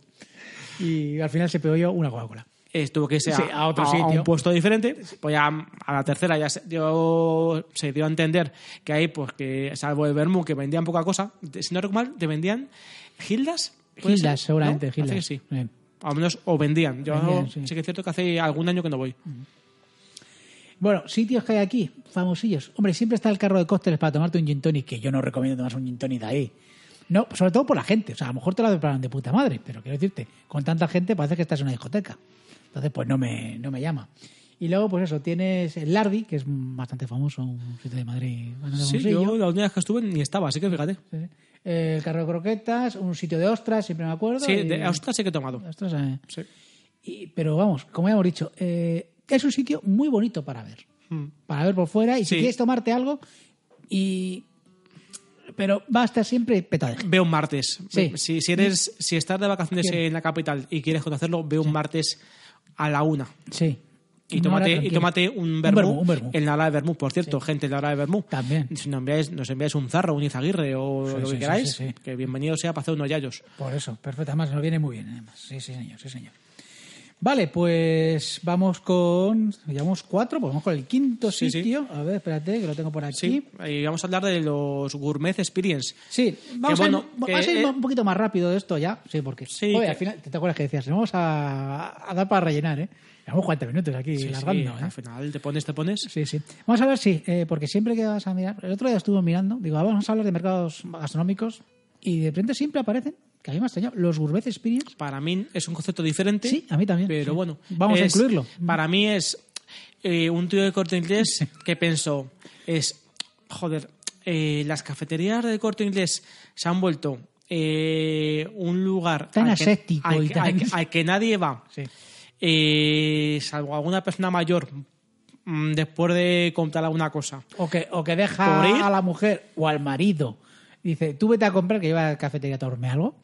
S1: Y al final se pegó yo una Coca-Cola.
S2: estuvo que sea
S1: Sí, a otro sitio.
S2: un puesto diferente pues ya a la tercera ya se dio, se dio a entender que ahí pues que salvo el Bermú que vendían poca cosa te- si no recuerdo mal te vendían gildas ¿puede ser?
S1: Gildas, seguramente,
S2: ¿No? Parece
S1: Gildas.
S2: que sí
S1: Eh.
S2: al menos o vendían yo
S1: Vendían, sí.
S2: sí. que es cierto que hace algún año que no voy
S1: Bueno, sitios que hay aquí, famosillos. Hombre, siempre está el carro de cócteles para tomarte un gin tonic, que yo no recomiendo tomarse un gin tonic de ahí. No, sobre todo por la gente. O sea, a lo mejor te lo preparan de puta madre, pero quiero decirte, con tanta gente parece que estás en una discoteca. Entonces, pues no me, no me llama. Y luego, pues eso, tienes el Lardi, que es bastante famoso, un sitio de Madrid. bastante
S2: Sí,
S1: famosillo.
S2: yo la última vez que estuve ni estaba, así que fíjate.
S1: Sí, sí. El carro de croquetas, un sitio de ostras, siempre me acuerdo.
S2: Sí,
S1: y-
S2: de Austria sí que he tomado.
S1: ostras, eh.
S2: Sí.
S1: Y- pero vamos, como ya hemos dicho, eh, es un sitio muy bonito para ver.
S2: Mm.
S1: Para ver por fuera y si
S2: Sí.
S1: quieres tomarte algo y pero va a estar siempre petado. de gente.
S2: Ve un martes.
S1: Sí. Mm.
S2: Si, si eres, si estás de vacaciones en la capital y quieres conocerlo, ve un martes a la una.
S1: Sí.
S2: Y
S1: Una hora
S2: tómate, y
S1: tranquila.
S2: tómate un
S1: vermú,
S2: vermú
S1: un vermú.
S2: en la hora de vermú. Por cierto, gente en la hora de vermú.
S1: También.
S2: Si nos enviáis, nos enviáis un zarro, un izaguirre o
S1: Sí,
S2: lo que
S1: sí, sí,
S2: queráis,
S1: sí, sí.
S2: que bienvenido sea para hacer unos yayos.
S1: Por eso, perfecto. Además, nos viene muy bien. Además. Sí, sí, señor, sí, señor. Vale, pues vamos con. Llevamos cuatro, pues vamos con el quinto
S2: Sí, sí.
S1: sitio. A ver, espérate, que lo tengo por aquí.
S2: Sí. Y vamos a hablar de los gourmet experience.
S1: Sí, vamos
S2: Que bueno,
S1: a ir, va-
S2: que,
S1: vas a ir
S2: eh,
S1: un poquito más rápido de esto ya. Sí, porque
S2: Sí,
S1: Oye,
S2: que-
S1: al final, ¿te te acuerdas que decías? Vamos a, a dar para rellenar, ¿eh? Llevamos 40 minutos aquí
S2: Sí, sí,
S1: largando, ¿eh?
S2: Al final te pones, te pones.
S1: Sí, sí. Vamos a ver, sí, eh, porque siempre que vas a mirar, el otro día estuve mirando, digo, ah, vamos a hablar de mercados gastronómicos y de repente siempre aparecen, que a mí me ha extrañado, los gourmet experience.
S2: Para mí es un concepto diferente.
S1: Sí, a mí también.
S2: Pero
S1: sí.
S2: bueno.
S1: vamos a
S2: es-
S1: incluirlo.
S2: Para mí es eh, un tío de corte inglés que pensó, es, joder, eh, las cafeterías de corte inglés se han vuelto eh, un lugar
S1: Tan
S2: al que-
S1: ascético
S2: al,
S1: y
S2: que- al
S1: tan-
S2: que- al que nadie va,
S1: Sí.
S2: eh, salvo alguna persona mayor, mm, después de comprar alguna cosa.
S1: O que, o que deja
S2: Por ir-
S1: a la mujer o al marido. Dice, tú vete a comprar que lleva a la cafetería a tomarme algo.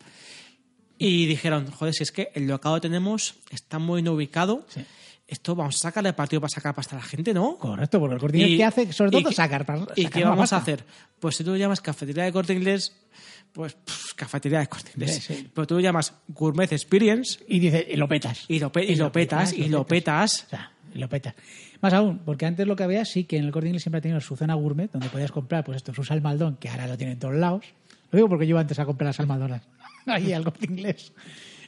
S2: Y dijeron, joder, si es que el locado que tenemos está muy no ubicado,
S1: Sí.
S2: esto vamos a sacarle partido para sacar pasta a la gente, ¿no?
S1: Correcto, porque el corte inglés,
S2: Y-
S1: ¿qué hace? Sobre
S2: y
S1: todo
S2: que-
S1: sacar para
S2: ¿Y
S1: sacar
S2: qué
S1: más
S2: vamos
S1: pasta.
S2: a hacer? Pues si tú lo llamas cafetería de corte inglés, pues pff, cafetería de corte inglés.
S1: Sí, sí.
S2: Pero tú lo llamas gourmet experience
S1: Y dice, y lo petas.
S2: y lo, pe- y lo petas, y lo petas.
S1: O sea, y lo petas. Más aún, porque antes lo que había sí que en el Corte Inglés siempre ha tenido su zona gourmet, donde podías comprar, pues esto, su salmaldón, que ahora lo tienen en todos lados. Lo digo porque yo iba antes a comprar las salmaldonas ahí al Corte Inglés.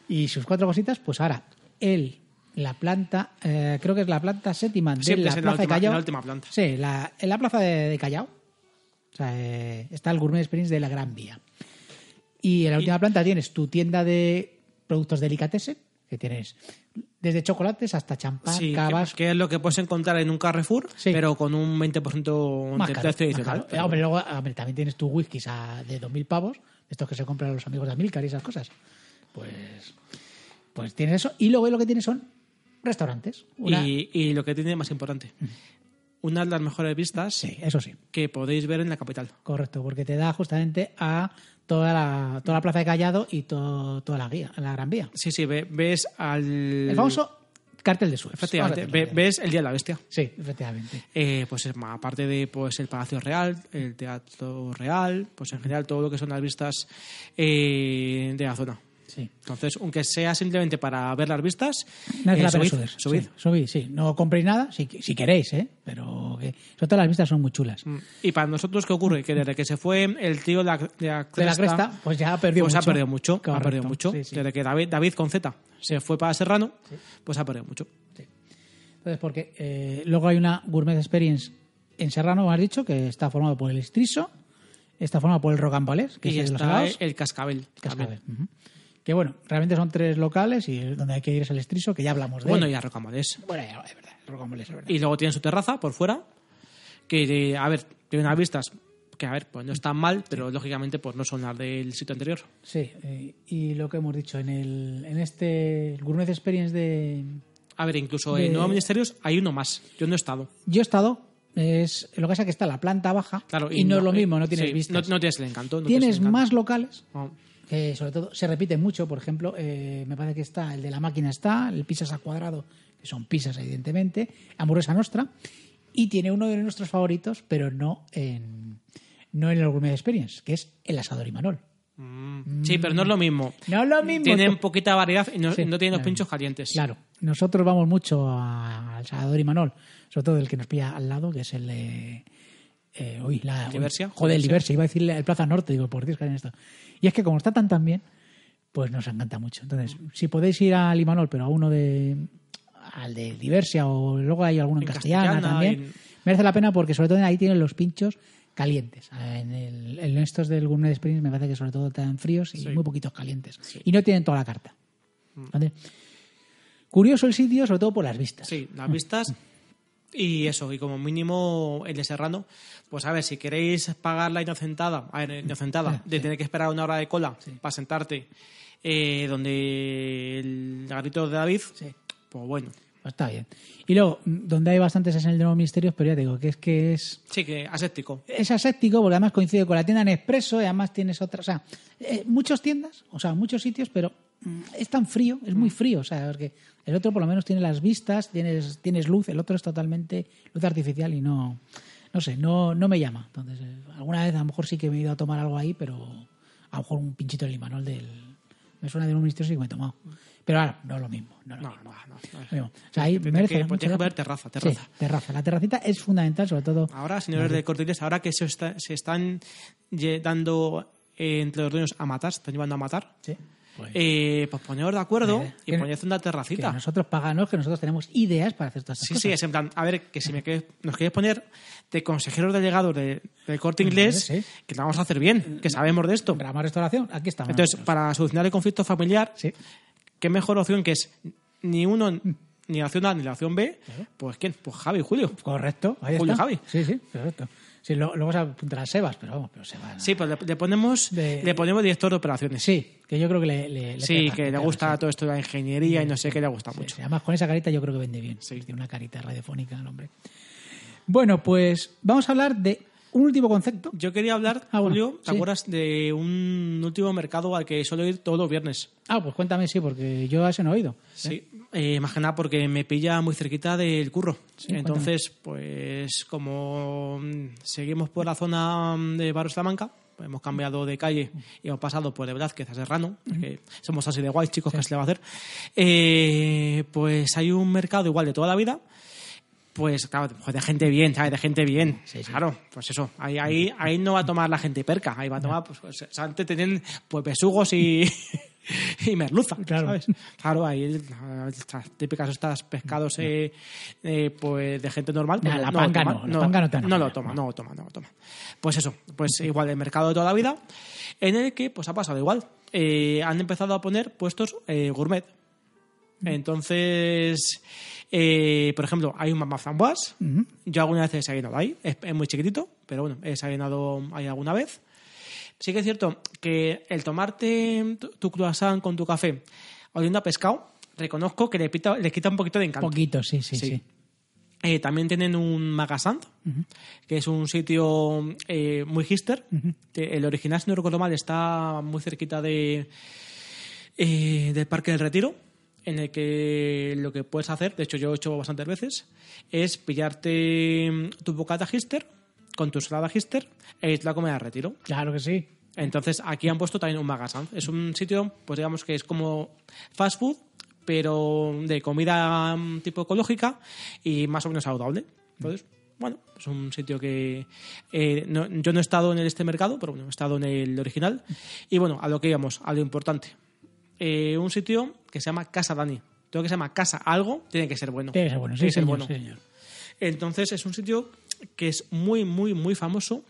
S1: Y sus cuatro cositas, pues ahora, él, la planta, eh, creo que es la planta séptima de
S2: Siempre
S1: la
S2: es en
S1: plaza
S2: la
S1: de
S2: última-
S1: Callao.
S2: en la última planta.
S1: Sí, la- en la plaza de, de Callao. O sea, eh, está el Gourmet Experience de la Gran Vía. Y en la última planta tienes tu tienda de productos delicatessen, que tienes desde chocolates hasta champán,
S2: Sí,
S1: cavas,
S2: que, que es lo que puedes encontrar en un Carrefour,
S1: Sí.
S2: pero con un 20%
S1: más
S2: de
S1: caro,
S2: precio
S1: más
S2: adicional.
S1: caro. Hombre, luego hombre, también tienes tus whiskies a- de 2.000 pavos, estos que se compran los amigos de Amilcar y esas cosas. Pues, pues tienes eso. Y luego lo que tienes son restaurantes. Una-
S2: Y, y lo que tiene más importante, una de las mejores vistas
S1: Sí, eso sí.
S2: que podéis ver en la capital.
S1: Correcto, porque te da justamente a toda la, toda la plaza de Callado y to- toda la guía, la Gran Vía.
S2: Sí, sí, ve- ves al...
S1: El famoso cartel de Suez.
S2: Efectivamente,
S1: Ahora te
S2: ve-
S1: lo diré.
S2: ves el Día de la Bestia.
S1: Sí, efectivamente.
S2: Eh, pues es más, aparte de pues el Palacio Real, el Teatro Real, pues en general todo lo que son las vistas eh, de la zona.
S1: Sí.
S2: Entonces, aunque sea simplemente para ver las vistas,
S1: Merece
S2: eh,
S1: la pena
S2: subid,
S1: subir.
S2: subid.
S1: Sí, subid, sí. No compréis nada, si, si queréis, ¿eh? Pero que, sobre todo las vistas son muy chulas.
S2: Mm. Y para nosotros, ¿qué ocurre? Que desde que se fue el tío de la, de la cresta,
S1: De la cresta, pues ya ha perdido
S2: pues
S1: mucho.
S2: ha perdido mucho. Ha
S1: Correcto,
S2: perdido mucho.
S1: sí, sí.
S2: Desde que David, David con Z se fue para Serrano, pues ha perdido mucho.
S1: Entonces, porque eh, luego hay una Gourmet Experience en Serrano, como has dicho, que está formado por el Estriso, está formado por el Rocambolés, que
S2: y
S1: es de los
S2: está
S1: salados.
S2: el, cascabel.
S1: Cascabel.
S2: también.
S1: Ujú. Que bueno, realmente son tres locales y donde hay que ir es el Estriso, que ya hablamos de
S2: Bueno,
S1: él.
S2: y a Rocamales.
S1: Bueno, ya, es verdad, el Rocambolés, es verdad.
S2: Y luego tiene su terraza por fuera, que, eh, a ver, tiene unas vistas que, a ver, pues no están mal, pero lógicamente pues no son las del sitio anterior.
S1: Sí, eh, y lo que hemos dicho en, el, en este Gourmet Experience de...
S2: A ver, incluso
S1: De-
S2: en Nuevos Ministerios hay uno más. Yo no he estado.
S1: Yo he estado, es, lo que pasa es que está la planta baja
S2: Claro,
S1: y, no, es lo mismo, no
S2: eh,
S1: tienes
S2: sí,
S1: vistas.
S2: No, no tienes el encanto. no
S1: tienes
S2: el encanto. Oh.
S1: más locales,
S2: No.
S1: que sobre todo se repiten mucho, por ejemplo, eh, me parece que está el de la máquina está, el pizzas a cuadrado, que son pizzas evidentemente, hamburguesa nostra, y tiene uno de nuestros favoritos, pero no en, no en el Gourmet Experience, que es el asador Imanol.
S2: Mm. Sí, pero no es lo mismo.
S1: No es lo mismo.
S2: Tienen
S1: tú.
S2: poquita variedad y no,
S1: Mm. Sí,
S2: no tienen
S1: claro.
S2: los pinchos calientes.
S1: Claro, nosotros vamos mucho a- al Salvador y Manol, sobre todo el que nos pilla al lado, que es el. Eh, eh, uy, la.
S2: Libersia.
S1: Joder, el Libersia, iba a decir el Plaza Norte, digo, por Dios, que hay en esto. Y es que como está tan tan bien, pues nos encanta mucho. Entonces, si podéis ir al Imanol, pero a uno de. al de Libersia o luego hay alguno en,
S2: En
S1: castellana,
S2: Castellana,
S1: también,
S2: en-
S1: merece la pena porque sobre todo ahí tienen los pinchos calientes. Ah, En, el- en estos del Gourmet Experience me parece que sobre todo están fríos y muy poquitos calientes. Y no tienen toda la carta. ¿Vale? Curioso el sitio, sobre todo por las vistas.
S2: Sí, las vistas y eso, y como mínimo el de Serrano, pues a ver, si queréis pagar la inocentada, a ver, inocentada de tener que esperar una hora de cola para sentarte eh, donde el garito de David,
S1: Sí.
S2: pues bueno,
S1: Pues está bien. Y luego, donde hay bastantes es en el de los misterios, pero ya te digo que es que es
S2: Sí, que aséptico.
S1: es aséptico porque además coincide con la tienda Nespresso y además tienes otras, o sea, eh, muchas tiendas, o sea, muchos sitios, pero mm, es tan frío, es
S2: Mm.
S1: muy frío, o sea, porque el otro por lo menos tiene las vistas, tienes, tienes luz, el otro es totalmente luz artificial y no, no sé, no, no me llama. Entonces, eh, alguna vez a lo mejor sí que me he ido a tomar algo ahí, pero a lo mejor un pinchito de limanol del, me suena de un ministerio sí que me he tomado. Pero ahora, no es lo mismo, no es lo
S2: No,
S1: mismo.
S2: no, no.
S1: Lo mismo. O sea, ahí Eh, merece
S2: que- pues,
S1: mucho
S2: tienes que
S1: la-
S2: poner terraza, terraza. Ah.
S1: Sí, terraza. La terracita es fundamental, sobre todo
S2: Ahora, señores de Cortiles, ahora que se, está- se están lle- dando eh, entre los dueños a matar, se están llevando a matar,
S1: Sí.
S2: eh, pues poneros de acuerdo
S1: Eh,
S2: y
S1: que-
S2: poned una
S1: que
S2: terracita.
S1: nosotros paganos, que nosotros tenemos ideas para hacer todas estas
S2: Sí,
S1: cosas.
S2: sí, es en plan, a ver, que si me quieres- nos quieres poner de consejeros delegados de- del corte inglés,
S1: Sí.
S2: que lo vamos a hacer bien, que sabemos de esto.
S1: Drama restauración, aquí estamos.
S2: Entonces, para solucionar el conflicto familiar,
S1: Sí.
S2: ¿qué mejor opción que es ni uno, ni la opción A, ni la opción B?
S1: Claro.
S2: Pues ¿quién? Pues Javi y Julio.
S1: Correcto, ahí
S2: Julio
S1: está.
S2: Javi.
S1: Sí, sí, perfecto. Sí, lo- luego se apuntará Sebas, pero vamos, pero Sebas.
S2: Sí, pues le, le ponemos,
S1: De-
S2: le ponemos director de operaciones.
S1: Sí, que yo creo que le. le- le
S2: Sí,
S1: pega,
S2: que le
S1: pega,
S2: gusta
S1: sí.
S2: todo esto de la ingeniería y no sé qué le gusta mucho.
S1: Sí, Además, con esa carita yo creo que vende bien.
S2: Sí.
S1: Tiene una carita radiofónica el hombre. Bueno, pues vamos a hablar de un último concepto.
S2: Yo quería hablar,
S1: Ah, bueno,
S2: Julio, ¿te
S1: sí.
S2: acuerdas de un último mercado al que suelo ir todos los viernes?
S1: Ah, pues cuéntame, sí, porque yo a ese no he oído.
S2: Sí, eh, más que nada porque me pilla muy cerquita del curro.
S1: Sí,
S2: Entonces, pues como mm, seguimos por la zona mm, de Barrio Salamanca, pues hemos cambiado de calle y hemos pasado por de Velázquez a Serrano, que somos así de guays, chicos, que se le va a hacer. Eh, pues hay un mercado igual de toda la vida. Pues claro, pues de gente bien, ¿sabes? De gente bien.
S1: Sí, sí.
S2: Claro, pues eso. Ahí, ahí, ahí no va a tomar la gente perca. Ahí va a tomar, pues, pues, antes tenían pues besugos y, y merluza.
S1: Claro.
S2: ¿sabes? Claro, ahí el- estas típicas estas pescados eh, eh, pues de gente normal. pues
S1: Nah, la
S2: lo
S1: panga
S2: toma,
S1: no, la panga no te la
S2: lo
S1: panga.
S2: toma, no lo toma, no lo toma. Pues eso, pues igual el mercado de toda la vida, en el que pues ha pasado igual. Eh, han empezado a poner puestos eh, gourmet. Entonces, eh, por ejemplo, hay un mamá framboise.
S1: Ujú.
S2: Yo alguna vez he desayunado ahí, es, es muy chiquitito, pero bueno, he desayunado ahí alguna vez. Sí que es cierto que el tomarte tu, tu croissant con tu café oliendo a pescado, reconozco que le, pita- le quita un poquito de encanto.
S1: Poquito, sí, sí, sí.
S2: Sí. Eh, también tienen un Magasant, que es un sitio eh, muy hipster. Te- El original, si no recuerdo mal, está muy cerquita de, eh, del Parque del Retiro, en el que lo que puedes hacer, de hecho yo he hecho bastantes veces, es pillarte mm, tu bocata hipster con tu salada hipster e irte a comer al retiro.
S1: Claro que sí.
S2: Entonces, aquí han puesto también un magasin. Es un sitio, pues digamos que es como fast food, pero de comida mm, tipo ecológica y más o menos saludable. Entonces, bueno, es un sitio que eh, no- yo no he estado en el este mercado, pero bueno, he estado en el original. Y bueno, a lo que íbamos, a lo importante. Eh, un sitio que se llama Casa Dani. Todo lo que se llama Casa Algo tiene que ser bueno.
S1: Tiene que ser bueno, sí,
S2: Tiene que ser
S1: señor,
S2: bueno.
S1: sí, señor.
S2: Entonces es un sitio que es muy, muy, muy famoso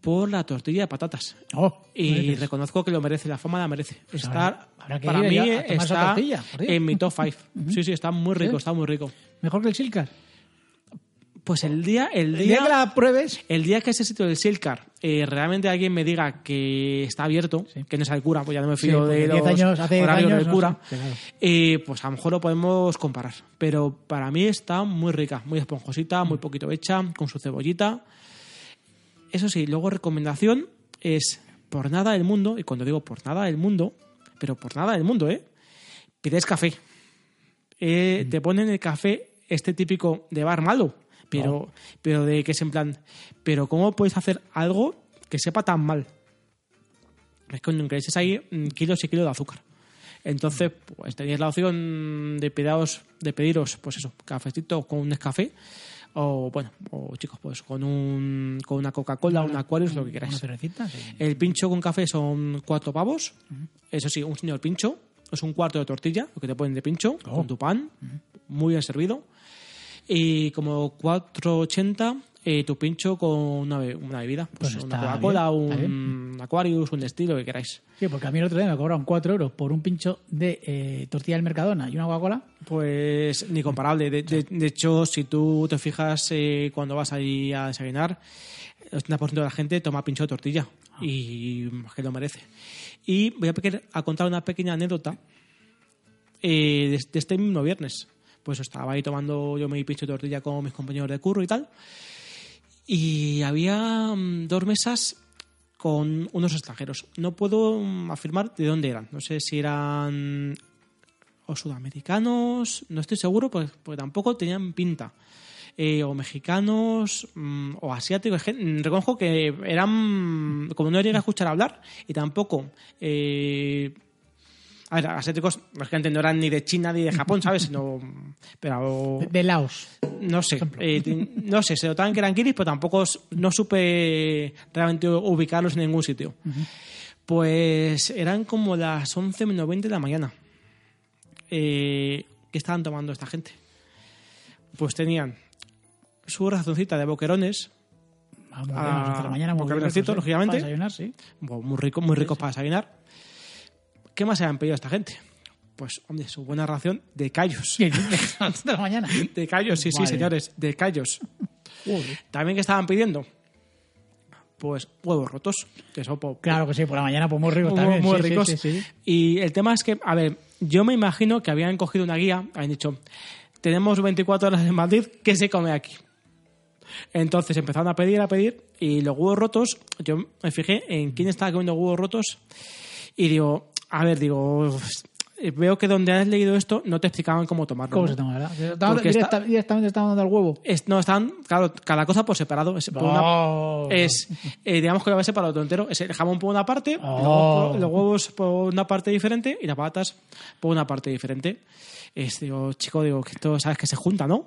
S2: por la tortilla de patatas.
S1: Oh, no
S2: Y
S1: dices.
S2: reconozco que lo merece, la fama la merece.
S1: Pues
S2: está,
S1: habrá- habrá que
S2: para
S1: ir
S2: mí
S1: a- a tomarse
S2: está
S1: tortilla, por Dios.
S2: en mi top 5. Sí, sí, está muy rico,
S1: Sí.
S2: está muy rico.
S1: Mejor que el Silcar.
S2: Pues el día, el
S1: El día
S2: día,
S1: que la pruebes.
S2: el día que ese sitio del Silcar eh, realmente alguien me diga que está abierto,
S1: Sí.
S2: que no es el cura, pues ya no me
S1: Sí,
S2: fío
S1: porque
S2: de
S1: 10
S2: los
S1: años- hace 10
S2: horarios
S1: años,
S2: del
S1: no
S2: cura,
S1: sé, claro.
S2: eh, pues a lo mejor lo podemos comparar. Pero para mí está muy rica, muy esponjosita, muy poquito hecha, con su cebollita. Eso sí, luego recomendación es por nada del mundo, y cuando digo por nada del mundo, pero por nada del mundo, ¿eh? Pides café. Eh, Te ponen el café este típico de bar malo, pero, pero de que es en plan, pero ¿cómo puedes hacer algo que sepa tan mal? Es que ingreses ahí mm, kilos y kilos de azúcar. Entonces, pues tenéis la opción de pediros, de pediros pues eso, cafecito con un café o bueno, o chicos, pues con un con una Coca-Cola, un Aquarius, lo que
S1: Una
S2: queráis.
S1: cervecita, sí.
S2: El pincho con café son cuatro pavos. Eso sí, un señor pincho. Es un cuarto de tortilla, lo que te ponen de pincho,
S1: Oh.
S2: con tu pan. Muy bien servido. Y como 4.80 eh, tu pincho con una, be- una bebida. Pues,
S1: Pues
S2: una
S1: está
S2: Coca-Cola,
S1: bien, está
S2: un Aquarius, un estilo, lo que queráis.
S1: Sí, porque a mí el otro día me cobraron 4 euros por un pincho de eh, tortilla del Mercadona y una Coca-Cola.
S2: Pues ni comparable. De, de- de hecho, si tú te fijas eh, cuando vas ahí a desayunar, el 80% de la gente toma pincho de tortilla y que lo merece. Y voy a, peque- a contar una pequeña anécdota eh, de, de este mismo viernes. pues estaba ahí tomando yo mi pincho de tortilla con mis compañeros de curro y tal. Y había mm, dos mesas con unos extranjeros. No puedo mm, afirmar de dónde eran. No sé si eran o sudamericanos, no estoy seguro, pues, porque tampoco tenían pinta. Eh, o mexicanos mm, o asiáticos. Es que, mm, Reconozco que eran, mm, como no llegué a escuchar hablar, y tampoco... eh, a ver, asiáticos, lógicamente no eran ni de China ni de Japón, ¿sabes? Sino, mm, pero
S1: De, de Laos.
S2: no sé, eh, ti- no sé, se notaban que eran kiris, pero tampoco s- no supe realmente ubicarlos en ningún sitio. Pues eran como las 11 menos 20 de la mañana. Eh, ¿Qué estaban tomando esta gente? Pues tenían su razoncita de boquerones,
S1: Ah, muy bien, a las once de la mañana, muy
S2: porque
S1: bien,
S2: apetecito,
S1: pues,
S2: lógicamente.
S1: Para desayunar, sí.
S2: bueno, muy rico, muy ricos para desayunar. ¿Qué más se han pedido a esta gente? Pues, hombre, su buena ración de callos.
S1: Sí, a las once de la mañana.
S2: De callos, sí,
S1: Vale.
S2: sí, señores, de callos.
S1: Joder.
S2: También que estaban pidiendo, pues huevos rotos, que eso po-
S1: Claro que sí, por la mañana, pues muy ricos
S2: muy,
S1: también.
S2: muy
S1: sí, sí,
S2: ricos.
S1: sí, sí.
S2: Y el tema es que, a ver, yo me imagino que habían cogido una guía, habían dicho, tenemos 24 horas en Madrid, ¿qué se come aquí? Entonces empezaron a pedir, a pedir, y los huevos rotos, yo me fijé en quién estaba comiendo huevos rotos, y digo, a ver, digo, veo que donde has leído esto no te explicaban cómo tomarlo.
S1: ¿Cómo
S2: ¿no?
S1: se toma, verdad? Se toma-
S2: Porque
S1: directa-
S2: está-
S1: Directamente estamos dando al huevo.
S2: Es- no, están, claro, cada cosa por separado. Es, por una-
S1: Oh.
S2: es eh, digamos que lo ves separado todo entero. Es el jamón por una parte,
S1: Oh.
S2: luego por- los huevos por una parte diferente y las patatas por una parte diferente. Es, digo, chico, digo, que esto sabes que se junta, ¿no?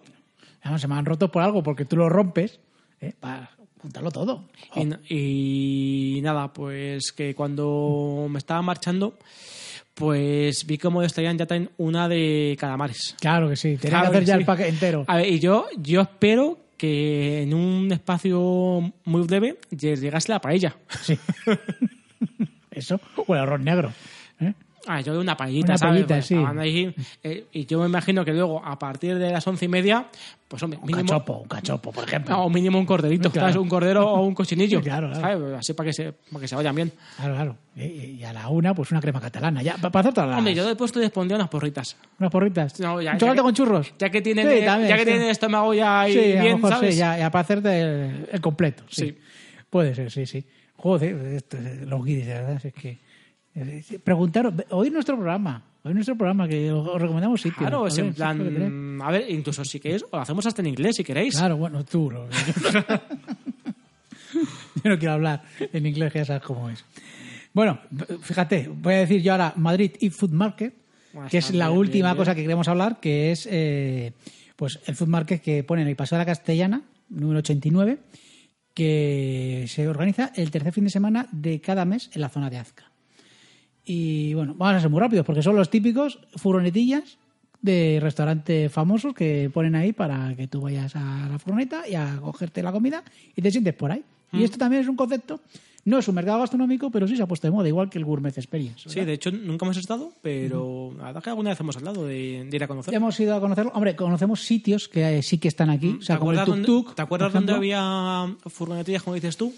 S1: Vamos, se me han roto por algo, porque tú lo rompes ¿eh? para juntarlo todo.
S2: Y na- Y, nada, pues que cuando me estaba marchando, pues vi como estarían ya traen una de calamares.
S1: Claro que sí, tenés
S2: Claro
S1: que hacer
S2: que
S1: ya
S2: sí.
S1: el paquete entero.
S2: A ver, y yo, yo espero que en un espacio muy breve llegase la paella.
S1: Sí. Eso, o el arroz negro. ¿eh?
S2: Ah, yo de una paellita,
S1: Una
S2: ¿sabes?
S1: paellita,
S2: Pues
S1: sí.
S2: estaban ahí, eh, y yo me imagino que luego, a partir de las once y media, pues hombre,
S1: Un
S2: mínimo,
S1: cachopo, un cachopo, por ejemplo.
S2: o mínimo un corderito,
S1: Claro.
S2: ¿sabes? Un cordero o un cochinillo,
S1: Claro, claro.
S2: ¿sabes? Pues, Así para que, se, para que se vayan bien.
S1: Claro, claro. Y, y a la una, pues una crema catalana. Ya, para hacer todas las...
S2: Hombre, yo después te respondí unas porritas.
S1: Unas porritas.
S2: No, ya-
S1: Un
S2: ya
S1: chocolate
S2: que-
S1: con churros.
S2: Ya que tienen,
S1: Sí,
S2: eh,
S1: también,
S2: ya que
S1: sí.
S2: tienen el estómago ya ahí
S1: Sí, a lo
S2: bien,
S1: mejor
S2: ¿sabes?
S1: sí, ya, ya para hacerte el, el completo. Sí.
S2: Sí.
S1: Puede ser, sí, sí. Joder, esto- los guiris, de verdad, es que... eh, Preguntaros, hoy nuestro programa, hoy nuestro programa, que os os recomendamos sitios.
S2: Claro, es
S1: joder,
S2: en
S1: sí, lo que tenéis.
S2: plan, a ver, incluso si queréis, o lo hacemos hasta en inglés si queréis.
S1: Claro, bueno, tú. no. yo no quiero hablar en inglés, que ya sabes cómo es. Bueno, fíjate, voy a decir yo ahora Madrid y Food Market, que es
S2: Bastante
S1: la
S2: Ah, bien,
S1: última
S2: bien.
S1: cosa que queremos hablar, que es eh, pues el Food Market que pone en el Paseo de la Castellana, número 89, que se organiza el tercer fin de semana de cada mes en la zona de Azca. Y bueno, vamos a ser muy rápidos porque son los típicos furgonetillas de restaurantes famosos que ponen ahí para que tú vayas a la furgoneta y a cogerte la comida y te sientes por ahí.
S2: Mm.
S1: Y esto también es un concepto, no es un mercado gastronómico, pero sí se ha puesto de moda, igual que el Gourmet Experience.
S2: Sí,
S1: ¿verdad?
S2: de hecho, nunca hemos estado, pero la verdad que alguna vez hemos hablado de, de ir a conocer.
S1: Hemos ido a conocerlo. Hombre, conocemos sitios que eh, sí que están aquí. O sea,
S2: Mm. ¿Te
S1: como el
S2: acuerdas,
S1: Tuk
S2: dónde,
S1: Tuk.
S2: ¿te acuerdas
S1: por
S2: dónde
S1: ejemplo,
S2: había furgonetillas, como dices tú?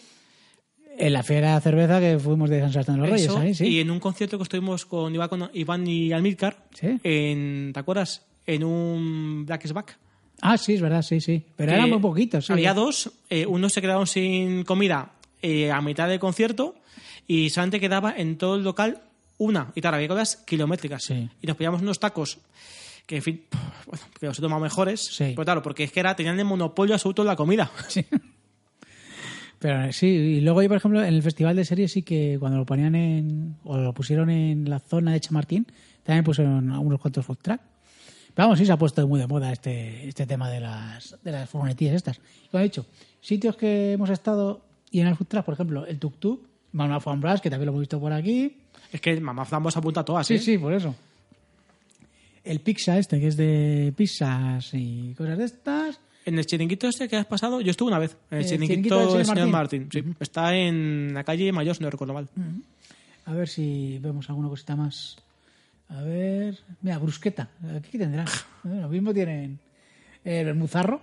S1: En la Fiera de Cerveza que fuimos de San Sebastián de los Reyes,
S2: Eso,
S1: ahí, sí.
S2: Y en un concierto que estuvimos con Iván, con Iván y Almilcar,
S1: Sí.
S2: en, ¿te acuerdas? En un Black is Back.
S1: Ah, sí, es verdad, sí, sí. Pero eran
S2: Eh,
S1: muy poquitos. Sí.
S2: Había dos, eh, unos se quedaron sin comida eh, a mitad del concierto y solamente quedaba en todo el local una y tal, había colas kilométricas.
S1: Sí.
S2: Y nos pillamos unos tacos que, en fin, bueno, que los he tomado mejores.
S1: Sí.
S2: Pero claro, porque es que era, tenían el monopolio absoluto en la comida.
S1: Sí. Pero eh, sí, y luego yo, por ejemplo, en el festival de series sí que cuando lo ponían en. o lo pusieron en la zona de Chamartín, también pusieron unos cuantos food track. Pero vamos, sí se ha puesto muy de moda este, este tema de las, de las furgonetillas estas. Lo he dicho, sitios que hemos estado y en el food track, por ejemplo, el Tuk Tuk, Manuel Fan Brass, que también lo hemos visto por aquí.
S2: Es que mamá Flambos apunta a todas,
S1: ¿Ah, Sí,
S2: ¿eh?
S1: sí, por eso. El pizza este, que es de pizzas y cosas de estas.
S2: En el chiringuito este que has pasado, yo estuve una vez. En el,
S1: El
S2: chiringuito,
S1: chiringuito del
S2: del
S1: señor
S2: señor
S1: Martín. Mm.
S2: Martín. sí. Está en la calle Mayor, si no recuerdo mal.
S1: A ver si vemos alguna cosita más. A ver. Mira, brusqueta. Aquí tendrán. Eh, Lo mismo tienen. eh, El muzarro.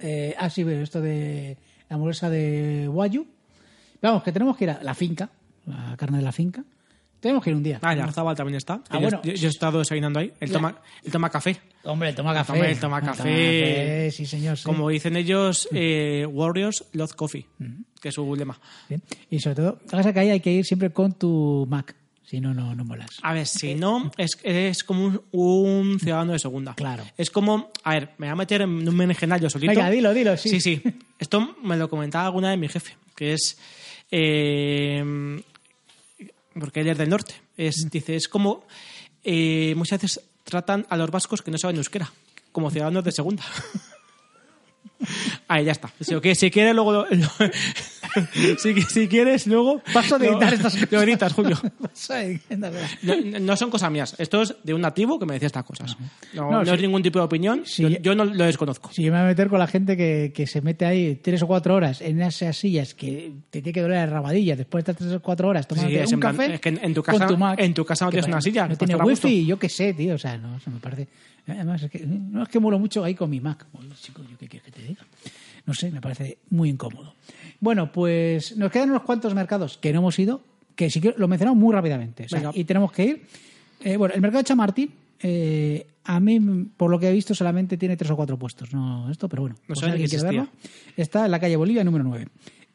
S1: Eh, ah, sí, bueno, esto de la hamburguesa de Guayu. Vamos, que tenemos que ir a la finca, la carne de la finca. Tenemos que ir un día.
S2: Ah, el Arzabal también está.
S1: Ah,
S2: Yo-
S1: bueno.
S2: yo, yo he estado desayunando ahí. Él toma, él toma café.
S1: Hombre, toma café.
S2: Hombre, toma café.
S1: Sí, señor. sí. Mm.
S2: Como dicen ellos, eh, Warriors Love Coffee, que es su lema.
S1: Sí. Y sobre todo, la cosa que ahí hay que ir siempre con tu Mac. Si no, no, no molas.
S2: A ver, si Eh, no, es, es como un, un ciudadano de segunda.
S1: Claro.
S2: Es como, a ver, me voy a meter en un menegenal yo solito.
S1: Venga, dilo, dilo, sí.
S2: Sí, sí. Esto me lo comentaba alguna vez mi jefe, que es. eh, porque él es del norte.
S1: Mm.
S2: Es, dice, es como. eh, muchas veces tratan a los vascos que no saben euskera, como ciudadanos de segunda. Ahí ya está. Si, que- si quieres, luego. lo- lo- si, si quieres, luego.
S1: Paso de
S2: lo-
S1: editar estas
S2: Lo editas, Julio.
S1: Sí, anda, anda.
S2: No, no son cosas mías. Esto es de un nativo que me decía estas cosas. No,
S1: No,
S2: no
S1: sí.
S2: es ningún tipo de opinión.
S1: Sí.
S2: Yo, yo no lo desconozco.
S1: Si yo me voy a meter con la gente que, que se mete ahí tres o cuatro horas en esas sillas que te tiene que doler la rabadilla después de estar tres o cuatro horas tomando
S2: Sí, es
S1: un
S2: en plan-
S1: café.
S2: es que en- en tu
S1: con
S2: casa-
S1: Mac.
S2: en tu casa no
S1: Que
S2: tienes
S1: pa-
S2: una silla,
S1: No
S2: para
S1: tiene
S2: estar a gusto.
S1: wifi, yo qué sé, tío. O sea, no, se me parece. Además, es que, no es que muero mucho ahí con mi Mac. Oye, chico, ¿yo qué quieres que te diga? No sé, me parece muy incómodo. Bueno, pues nos quedan unos cuantos mercados que no hemos ido, que si quiero- lo mencionamos muy rápidamente. o sea,
S2: Venga.
S1: y tenemos que ir. Eh, bueno, el mercado de Chamartín, eh, a mí, por lo que he visto, solamente tiene tres o cuatro puestos. No, esto, pero bueno.
S2: No
S1: por si
S2: sabía
S1: alguien
S2: que
S1: quiere
S2: existía.
S1: verlo, Está en la calle Bolivia número 9.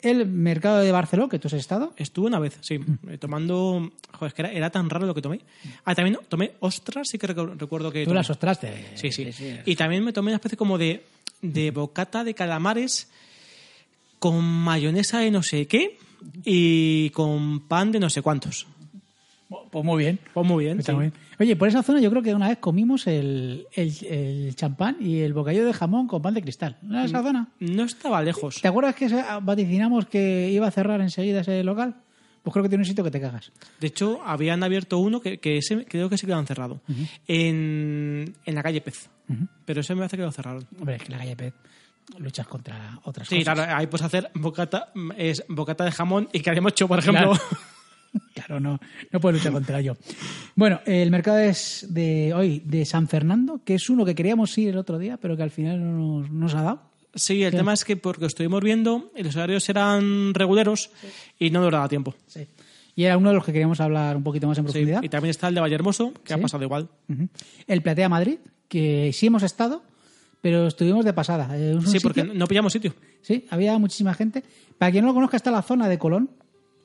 S1: El mercado de Barceló, que tú has estado.
S2: Estuve una vez, sí, eh, tomando. Joder, es que era, era tan raro lo que tomé. Ah, también tomé ostras, sí que recu- recuerdo que.
S1: Tú
S2: tomé.
S1: las ostraste.
S2: Sí, sí. Mm. Y también me tomé una especie como de, de bocata de calamares con mayonesa de no sé qué y con pan de no sé cuántos.
S1: Pues muy bien.
S2: Pues muy bien.
S1: Está
S2: sí.
S1: muy bien. Oye, por esa zona yo creo que una vez comimos el, el- el champán y el bocadillo de jamón con pan de cristal. ¿No era esa zona?
S2: No estaba lejos.
S1: ¿Te acuerdas que se- vaticinamos que iba a cerrar enseguida ese local? Pues creo que tiene un sitio que te cagas.
S2: De hecho, habían abierto uno que, que ese creo que se quedó cerrado. en, en la calle Pez. Pero ese me hace que lo cerraron.
S1: Hombre, es que la calle Pet luchas contra otras
S2: Sí,
S1: cosas.
S2: claro, ahí puedes hacer bocata, mm, es bocata de jamón y carimacho, por ejemplo.
S1: Claro, no, no puedo luchar contra yo. Bueno, el mercado es de hoy de San Fernando, que es uno que queríamos ir el otro día, pero que al final no nos, no nos ha dado.
S2: Sí, el
S1: Sí.
S2: tema es que porque estuvimos viendo, los horarios eran reguleros y no duraba tiempo.
S1: Y era uno de los que queríamos hablar un poquito más en
S2: Sí,
S1: profundidad.
S2: Y también está el de Valle Hermoso, que ha
S1: Sí.
S2: pasado igual.
S1: Ujú. El Platea Madrid, que sí hemos estado, pero estuvimos de pasada. Eh, es un
S2: Sí, porque
S1: sitio-
S2: no pillamos sitio.
S1: Sí, había muchísima gente. Para quien no lo conozca, está la zona de Colón,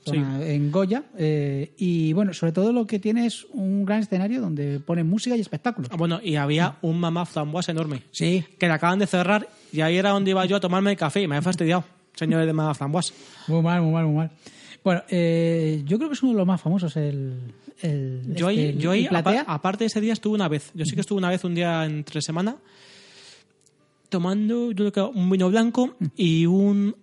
S1: zona en Goya. eh, y bueno, sobre todo lo que tiene es un gran escenario donde ponen música y espectáculos.
S2: Ah, Bueno, y había un mamá flamboise enorme.
S1: Sí,
S2: Que la acaban de cerrar y ahí era donde iba yo a tomarme el café y me había fastidiado, señores de mamá flamboise.
S1: Muy mal, muy mal, muy mal. Bueno, eh, yo creo que es uno de los más famosos, el, el,
S2: Yo ahí,
S1: este, el-
S2: yo ahí
S1: el platea.
S2: apa- ah. aparte de ese día, estuve una vez. Yo sí que estuve una vez un día entre semana tomando yo creo que un vino blanco y un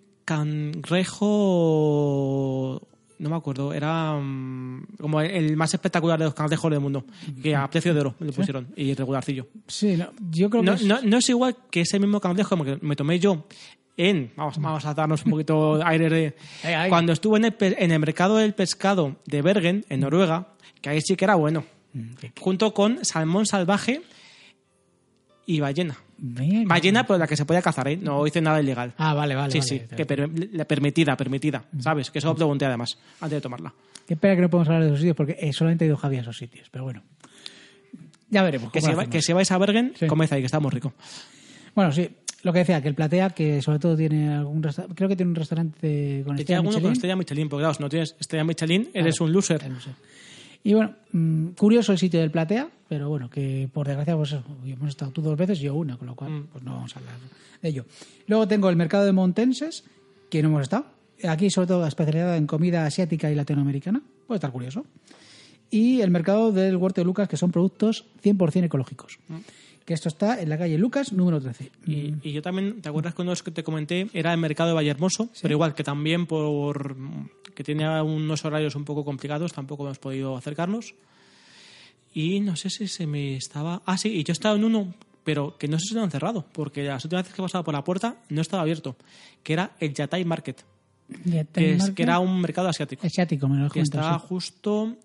S2: cangrejo. No me acuerdo, era mm, como el- el más espectacular de los cangrejos del mundo, que a precio de oro me lo pusieron y regularcillo.
S1: Sí, no, yo creo
S2: No,
S1: que es-
S2: no, no es igual que ese mismo cangrejo como que me tomé yo en. Vamos, vamos a darnos un poquito de aire de.
S1: Ay, ay.
S2: Cuando estuve en el, pe- en el mercado del pescado de Bergen, en Noruega, que ahí sí que era bueno.
S1: Mm,
S2: Junto con salmón salvaje y ballena.
S1: Mira,
S2: Ballena, pero la que se podía cazar, ¿eh? No hice nada ilegal.
S1: Ah, vale, vale.
S2: sí,
S1: vale,
S2: sí,
S1: vale. Mm.
S2: que per- la permitida, permitida, ¿sabes? Que eso lo pregunté además, antes de tomarla.
S1: Qué pena que no podemos hablar de esos sitios porque eh, solamente ha ido Javier a esos sitios, pero bueno. Ya veremos.
S2: Que
S1: Eh, pues cómo
S2: si,
S1: lo
S2: va-
S1: hacemos.
S2: que si vais a Bergen,
S1: Sí.
S2: comed ahí, que está muy rico.
S1: Bueno, sí, lo que decía, que el Platea, que sobre todo tiene algún restaurante, creo que tiene un restaurante con
S2: Te
S1: estrella
S2: alguno con
S1: Michelin.
S2: estrella Michelin, porque claro, si no tienes estrella Michelin, eres un loser.
S1: Ya no sé. Y bueno, mm, curioso el sitio del Platea, pero bueno, que por desgracia pues, eso, hemos estado tú dos veces y yo una, con lo cual
S2: Mm.
S1: pues no vamos a hablar de ello. Luego tengo el mercado de Montenses, que no hemos estado. Aquí sobre todo especializada en comida asiática y latinoamericana. Puede estar curioso. Y el mercado del Huerto de Lucas, que son productos 100% ecológicos.
S2: Mm.
S1: Que esto está en la calle Lucas, número 13.
S2: Y, y yo también, ¿te acuerdas cuando que te comenté? Era el mercado de Vallehermoso, pero igual que también por que tenía unos horarios un poco complicados, tampoco hemos podido acercarnos. Y no sé si se me estaba. Ah, sí, y yo estaba en uno, pero que no sé si lo han cerrado, porque las últimas veces que he pasado por la puerta no estaba abierto, que era el Yatai Market, que, es- que era un mercado asiático,
S1: Asiático, me lo has
S2: que
S1: comentado,
S2: está
S1: sí.
S2: justo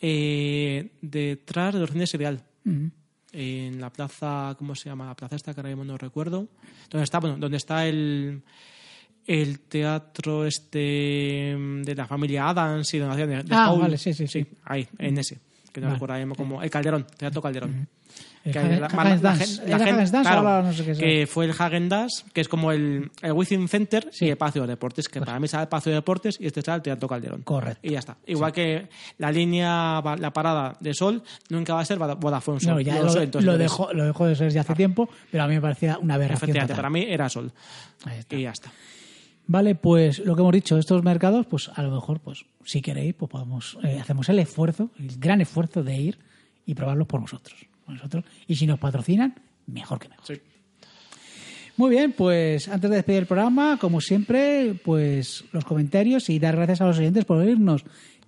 S2: eh, detrás de los cines Ideal
S1: Mm.
S2: en la plaza, ¿cómo se llama? La plaza esta que ahora mismo no recuerdo. ¿Dónde está? Bueno, donde está el, el teatro este mm, de la familia Adams y donaciones. de
S1: Ah,
S2: Paul.
S1: vale, sí, sí, sí.
S2: Ahí, en ese. Que no
S1: Vale.
S2: me acuerdo ahora mismo como el Calderón, Teatro Calderón.
S1: El
S2: Que
S1: Hagen-
S2: la-
S1: Hagen's
S2: la- la
S1: Dazs.
S2: gen-
S1: ¿Era
S2: la gen-
S1: Hagen's Dazs o
S2: claro,
S1: ahora no sé qué es?
S2: que fue el Hagen Dazs, que es como el, el Within Center y el Palacio de Deportes,
S1: Pues
S2: que para mí sale el Palacio de Deportes y este sale el Teatro Calderón.
S1: Correcto.
S2: Y ya está. Igual que la línea, va- la parada de Sol, nunca va a ser Voda- Vodafone Sol.
S1: No, ya
S2: Yo
S1: lo,
S2: soy, entonces,
S1: lo
S2: entonces,
S1: dejó, lo dejó de ser ya hace tiempo, pero a mí me parecía una aberración.
S2: Efectivamente,
S1: total.
S2: para mí era Sol.
S1: Ahí está.
S2: Y ya está.
S1: Vale, pues lo que hemos dicho, estos mercados, pues a lo mejor, pues si queréis, pues podemos, eh, hacemos el esfuerzo, el gran esfuerzo de ir y probarlos por nosotros. por nosotros. Y si nos patrocinan, mejor que mejor.
S2: Sí.
S1: Muy bien, pues antes de despedir el programa, como siempre, pues los comentarios y dar gracias a los oyentes por oírnos,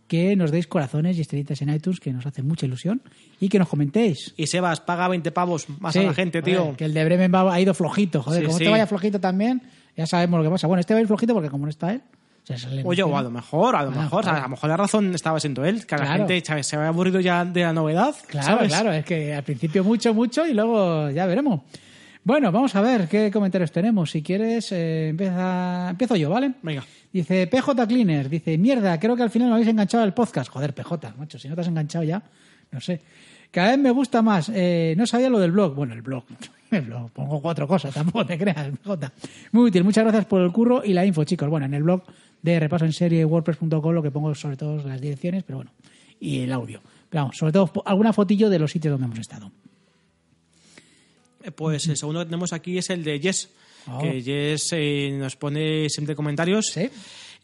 S1: que nos deis corazones y estrellitas en iTunes, que nos hace mucha ilusión, y que nos comentéis.
S2: Y Sebas, paga 20 pavos más
S1: Sí,
S2: a la gente,
S1: joder,
S2: tío.
S1: que el de Bremen va- ha ido flojito, joder,
S2: Sí,
S1: como
S2: sí.
S1: te vaya flojito también, ya sabemos lo que pasa. Bueno, este va a ir flojito porque como no está él, se sale
S2: Oye, o a lo mejor, a lo
S1: Ah,
S2: mejor,
S1: claro.
S2: a lo mejor la razón estaba siendo él, que a la
S1: Claro.
S2: gente ¿sabes? se había aburrido ya de la novedad.
S1: Claro,
S2: ¿sabes?
S1: claro, es que al principio mucho, mucho y luego ya veremos. Bueno, vamos a ver qué comentarios tenemos. Si quieres, eh, empieza, empiezo yo, ¿vale?
S2: Venga.
S1: Dice PJ Cleaner, dice, mierda, creo que al final me habéis enganchado al podcast. Joder, PJ, macho, si no te has enganchado ya, no sé. Cada vez me gusta más. Eh, no sabía lo del blog. Bueno, el blog. El blog. Pongo cuatro cosas, tampoco te creas, PJ. Muy útil. Muchas gracias por el curro y la info, chicos. Bueno, en el blog de repaso en serie wordpress.com lo que pongo es sobre todo las direcciones, pero bueno, y el audio. Pero vamos, sobre todo po- alguna fotillo de los sitios donde hemos estado.
S2: Eh, Pues el segundo que tenemos aquí es el de Jess.
S1: Oh.
S2: Que Jess eh, nos pone siempre comentarios
S1: Sí.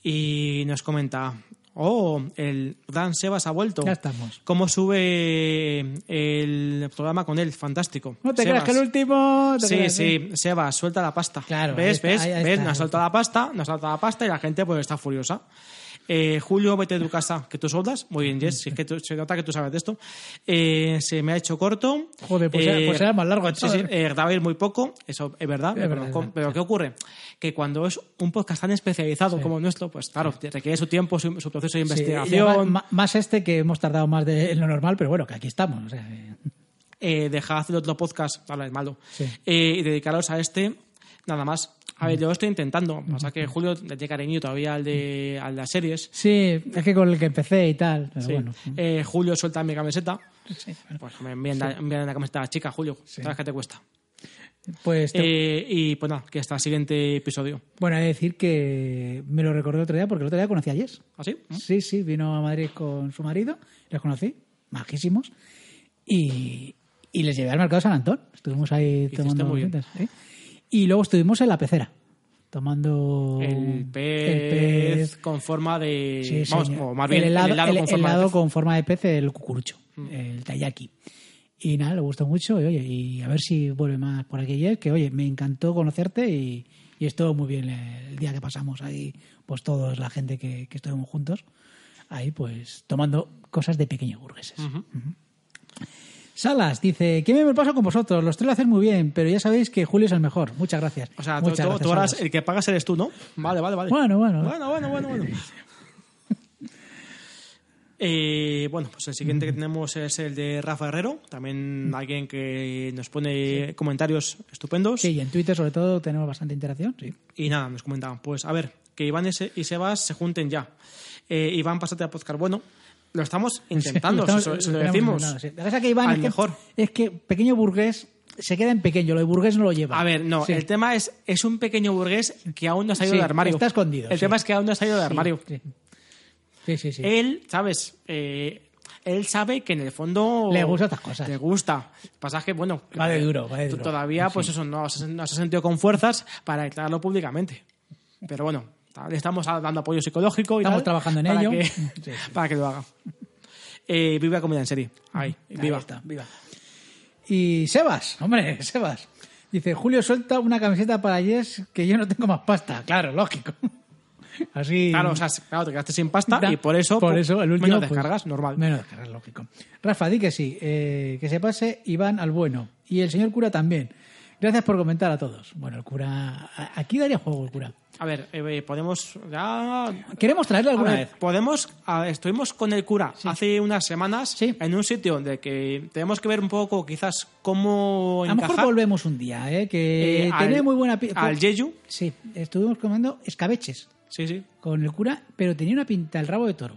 S2: y nos comenta. Oh, el Dan Sebas ha vuelto.
S1: Ya estamos.
S2: ¿Cómo sube eh, el programa con él? Fantástico.
S1: No te creas
S2: Sebas.
S1: que el último. te
S2: Sí,
S1: creas, ¿eh?
S2: sí, Seba, suelta la pasta.
S1: Claro, ahí
S2: ¿Ves?
S1: está,
S2: ¿Ves?
S1: ahí- ahí
S2: ¿Ves?
S1: está,
S2: nos
S1: ahí
S2: suelta la pasta, nos suelta la pasta y la gente pues está furiosa. Eh, Julio, vete de tu casa, que tú soldas. Muy bien, Jess, si es que tú- se nota que tú sabes de esto. Eh, se me ha hecho corto.
S1: Joder, pues era- pues era más largo,
S2: Sí, sí,
S1: chaval.
S2: eh, grabé muy poco, eso es verdad.
S1: Es
S2: pero
S1: verdad,
S2: con-
S1: es verdad,
S2: pero ¿qué ocurre? Que cuando es un podcast tan especializado como el nuestro, pues claro, te requiere su tiempo, su, su proceso de
S1: Sí, y
S2: investigación.
S1: además, ma- más este que hemos tardado más de lo normal, pero bueno, que aquí estamos. o sea, eh,
S2: eh, dejad hacer otro podcast, ahora es malo,
S1: Sí.
S2: eh, y dedicaros a este, nada más. A ver, yo lo estoy intentando, pasa que Julio le tiene cariño todavía al de, a las series.
S1: sí, es que con el que empecé y tal, pero
S2: Sí.
S1: bueno.
S2: Eh, Julio, suelta mi camiseta.
S1: sí, bueno.
S2: Pues me envían, la, envían la camiseta a la chica, Julio. ¿Sabes qué te cuesta?
S1: Pues te-
S2: Eh, y pues nada, que hasta el siguiente episodio.
S1: bueno, he de decir que me lo recordé el otro día porque el otro día conocí a Jess.
S2: ¿Así?
S1: Sí, sí, vino a Madrid con su marido, les conocí, majísimos, y, y les llevé al mercado San Antón. Estuvimos ahí tomando
S2: muy bien.
S1: juntas, ¿eh? Y luego estuvimos en la pecera, tomando
S2: El
S1: Oh. el
S2: pez, con forma de.
S1: Sí,
S2: vamos,
S1: señor.
S2: o más bien,
S1: el helado, el-
S2: con forma
S1: helado
S2: de. pez. Mm.
S1: con forma de pez, el cucurucho, el tayaki. Y nada, le gustó mucho y, oye, y a ver si vuelve más por aquí ayer, que oye, me encantó conocerte y, y estuvo muy bien el, el día que pasamos ahí, pues todos, la gente que, que estuvimos juntos, ahí pues tomando cosas de pequeños burgueses.
S2: Mm.
S1: Ujú. Salas dice, ¿qué me lo paso con vosotros? Los tres lo hacéis muy bien, pero ya sabéis que Julio es el mejor. Muchas gracias.
S2: O sea, tú,
S1: Muchas
S2: tú-
S1: gracias,
S2: tú ahora
S1: Salas.
S2: el que pagas eres tú, ¿no? Vale, vale, vale.
S1: Bueno, bueno.
S2: Bueno, bueno, bueno, bueno. Eh, bueno, pues el siguiente que tenemos es el de Rafa Herrero, también alguien que nos pone comentarios estupendos.
S1: Sí, y en Twitter sobre todo tenemos bastante interacción, sí.
S2: Y nada, nos comentaban, pues a ver, que Iván y Se- y Sebas se junten ya. Eh, Iván, pásate a podcast. Bueno, lo estamos intentando,
S1: Sí, lo
S2: se-
S1: estamos-
S2: se lo
S1: estamos
S2: decimos.
S1: intentando, sí. La cosa que Iván
S2: Al
S1: es que,
S2: mejor.
S1: es que pequeño burgués se queda en pequeño, lo de burgués no lo lleva.
S2: A ver, no,
S1: Sí.
S2: el tema es, es un pequeño burgués que aún no ha salido
S1: Sí,
S2: del armario.
S1: está escondido,
S2: El
S1: sí.
S2: tema es que aún no ha salido del
S1: Sí,
S2: armario.
S1: Sí, sí, sí. sí.
S2: Él, ¿sabes? Eh, él sabe que en el fondo.
S1: Le gustan estas cosas.
S2: Le gusta. Lo que pasa es que, bueno.
S1: Va de
S2: eh,
S1: duro, va de
S2: tú
S1: duro.
S2: Todavía, pues eso, no, se- no se ha sentido con fuerzas para declararlo públicamente. Pero bueno, ta- le estamos dando apoyo psicológico y
S1: Estamos
S2: tal
S1: trabajando en
S2: para
S1: ello.
S2: que-
S1: Sí, sí.
S2: Para que lo haga. Eh, viva comida en serie. Ahí, viva.
S1: está, Y Sebas, hombre, Sebas. Dice, Julio suelta una camiseta para Jess que yo no tengo más pasta. Claro, lógico. Así.
S2: Claro, o sea, claro, te quedaste sin pasta
S1: Da-
S2: y por eso,
S1: por
S2: po-
S1: eso el último,
S2: menos
S1: pues,
S2: descargas, normal.
S1: Menos descargas, lógico. Rafa, di que sí, eh, que se pase Iván al bueno y el señor cura también. Gracias por comentar a todos. Bueno, el cura. a- Aquí daría juego el cura.
S2: A ver, eh, podemos. Ya,
S1: Queremos traerle alguna
S2: A ver,
S1: vez.
S2: Podemos, a- estuvimos con el cura hace unas semanas
S1: Sí.
S2: en un sitio donde que tenemos que ver un poco quizás cómo
S1: A lo mejor
S2: encajar
S1: volvemos un día, ¿eh? que
S2: eh,
S1: tenía
S2: al-
S1: muy buena pinta.
S2: al Jeju.
S1: Sí, estuvimos comiendo escabeches
S2: Sí, sí.
S1: con el cura, pero tenía una pinta el rabo de toro.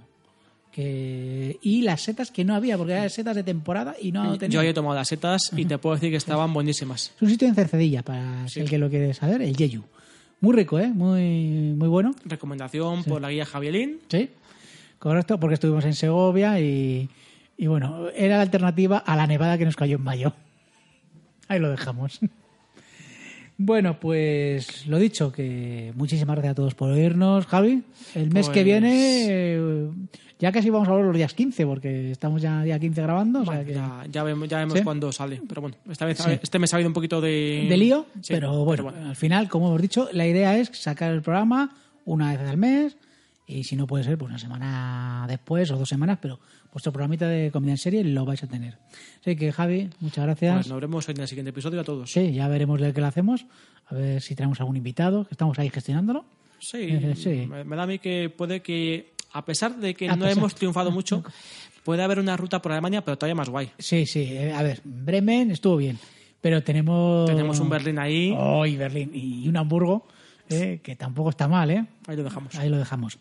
S1: Que... Y las setas que no había, porque eran setas de temporada y no tenía.
S2: Eh, Yo he tomado las setas y te puedo decir que estaban buenísimas.
S1: Es un sitio en Cercedilla, para el que lo quiere saber, el Yeyu. Muy rico, ¿eh? Muy, muy bueno.
S2: Recomendación por la guía Javierín.
S1: Sí, correcto, porque estuvimos en Segovia y, y bueno, era la alternativa a la nevada que nos cayó en mayo. Ahí lo dejamos. Bueno, pues lo dicho, que muchísimas gracias a todos por oírnos, Javi. El mes que
S2: Pues-
S1: viene, eh, ya casi vamos a hablar los días 15, porque estamos ya día 15 grabando. o sea que-
S2: Ya, ya vemos, ya vemos
S1: ¿Sí?
S2: cuándo sale. Pero bueno, esta vez,
S1: Sí.
S2: este mes ha habido un poquito de...
S1: de lío,
S2: Sí,
S1: pero, bueno, al final, como hemos dicho, la idea es sacar el programa una vez al mes y si no puede ser, pues una semana después o dos semanas, pero vuestro programita de comida en serie lo vais a tener. Así que Javi, muchas gracias.
S2: Pues nos veremos en el siguiente episodio a todos.
S1: Sí, ya veremos de qué lo hacemos, a ver si traemos algún invitado, que estamos ahí gestionándolo.
S2: Sí,
S1: Eh, Sí.
S2: Me, me da a mí que puede que, a pesar de que
S1: A
S2: no
S1: pesar.
S2: hemos triunfado mucho, puede haber una ruta por Alemania, pero todavía más guay.
S1: Sí, sí, eh, a ver, Bremen estuvo bien, pero tenemos...
S2: Tenemos un Berlín ahí,
S1: Ay, Berlín y un Hamburgo, eh, que tampoco está mal, ¿eh?
S2: ahí lo dejamos.
S1: Ahí lo dejamos.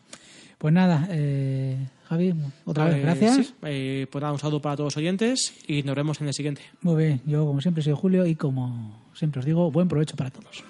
S1: Pues nada, eh, Javi, otra vez
S2: Eh,
S1: gracias.
S2: sí, eh, pues nada, un saludo para todos los oyentes y nos vemos en el siguiente.
S1: Muy bien, yo como siempre soy Julio y como siempre os digo, buen provecho para todos.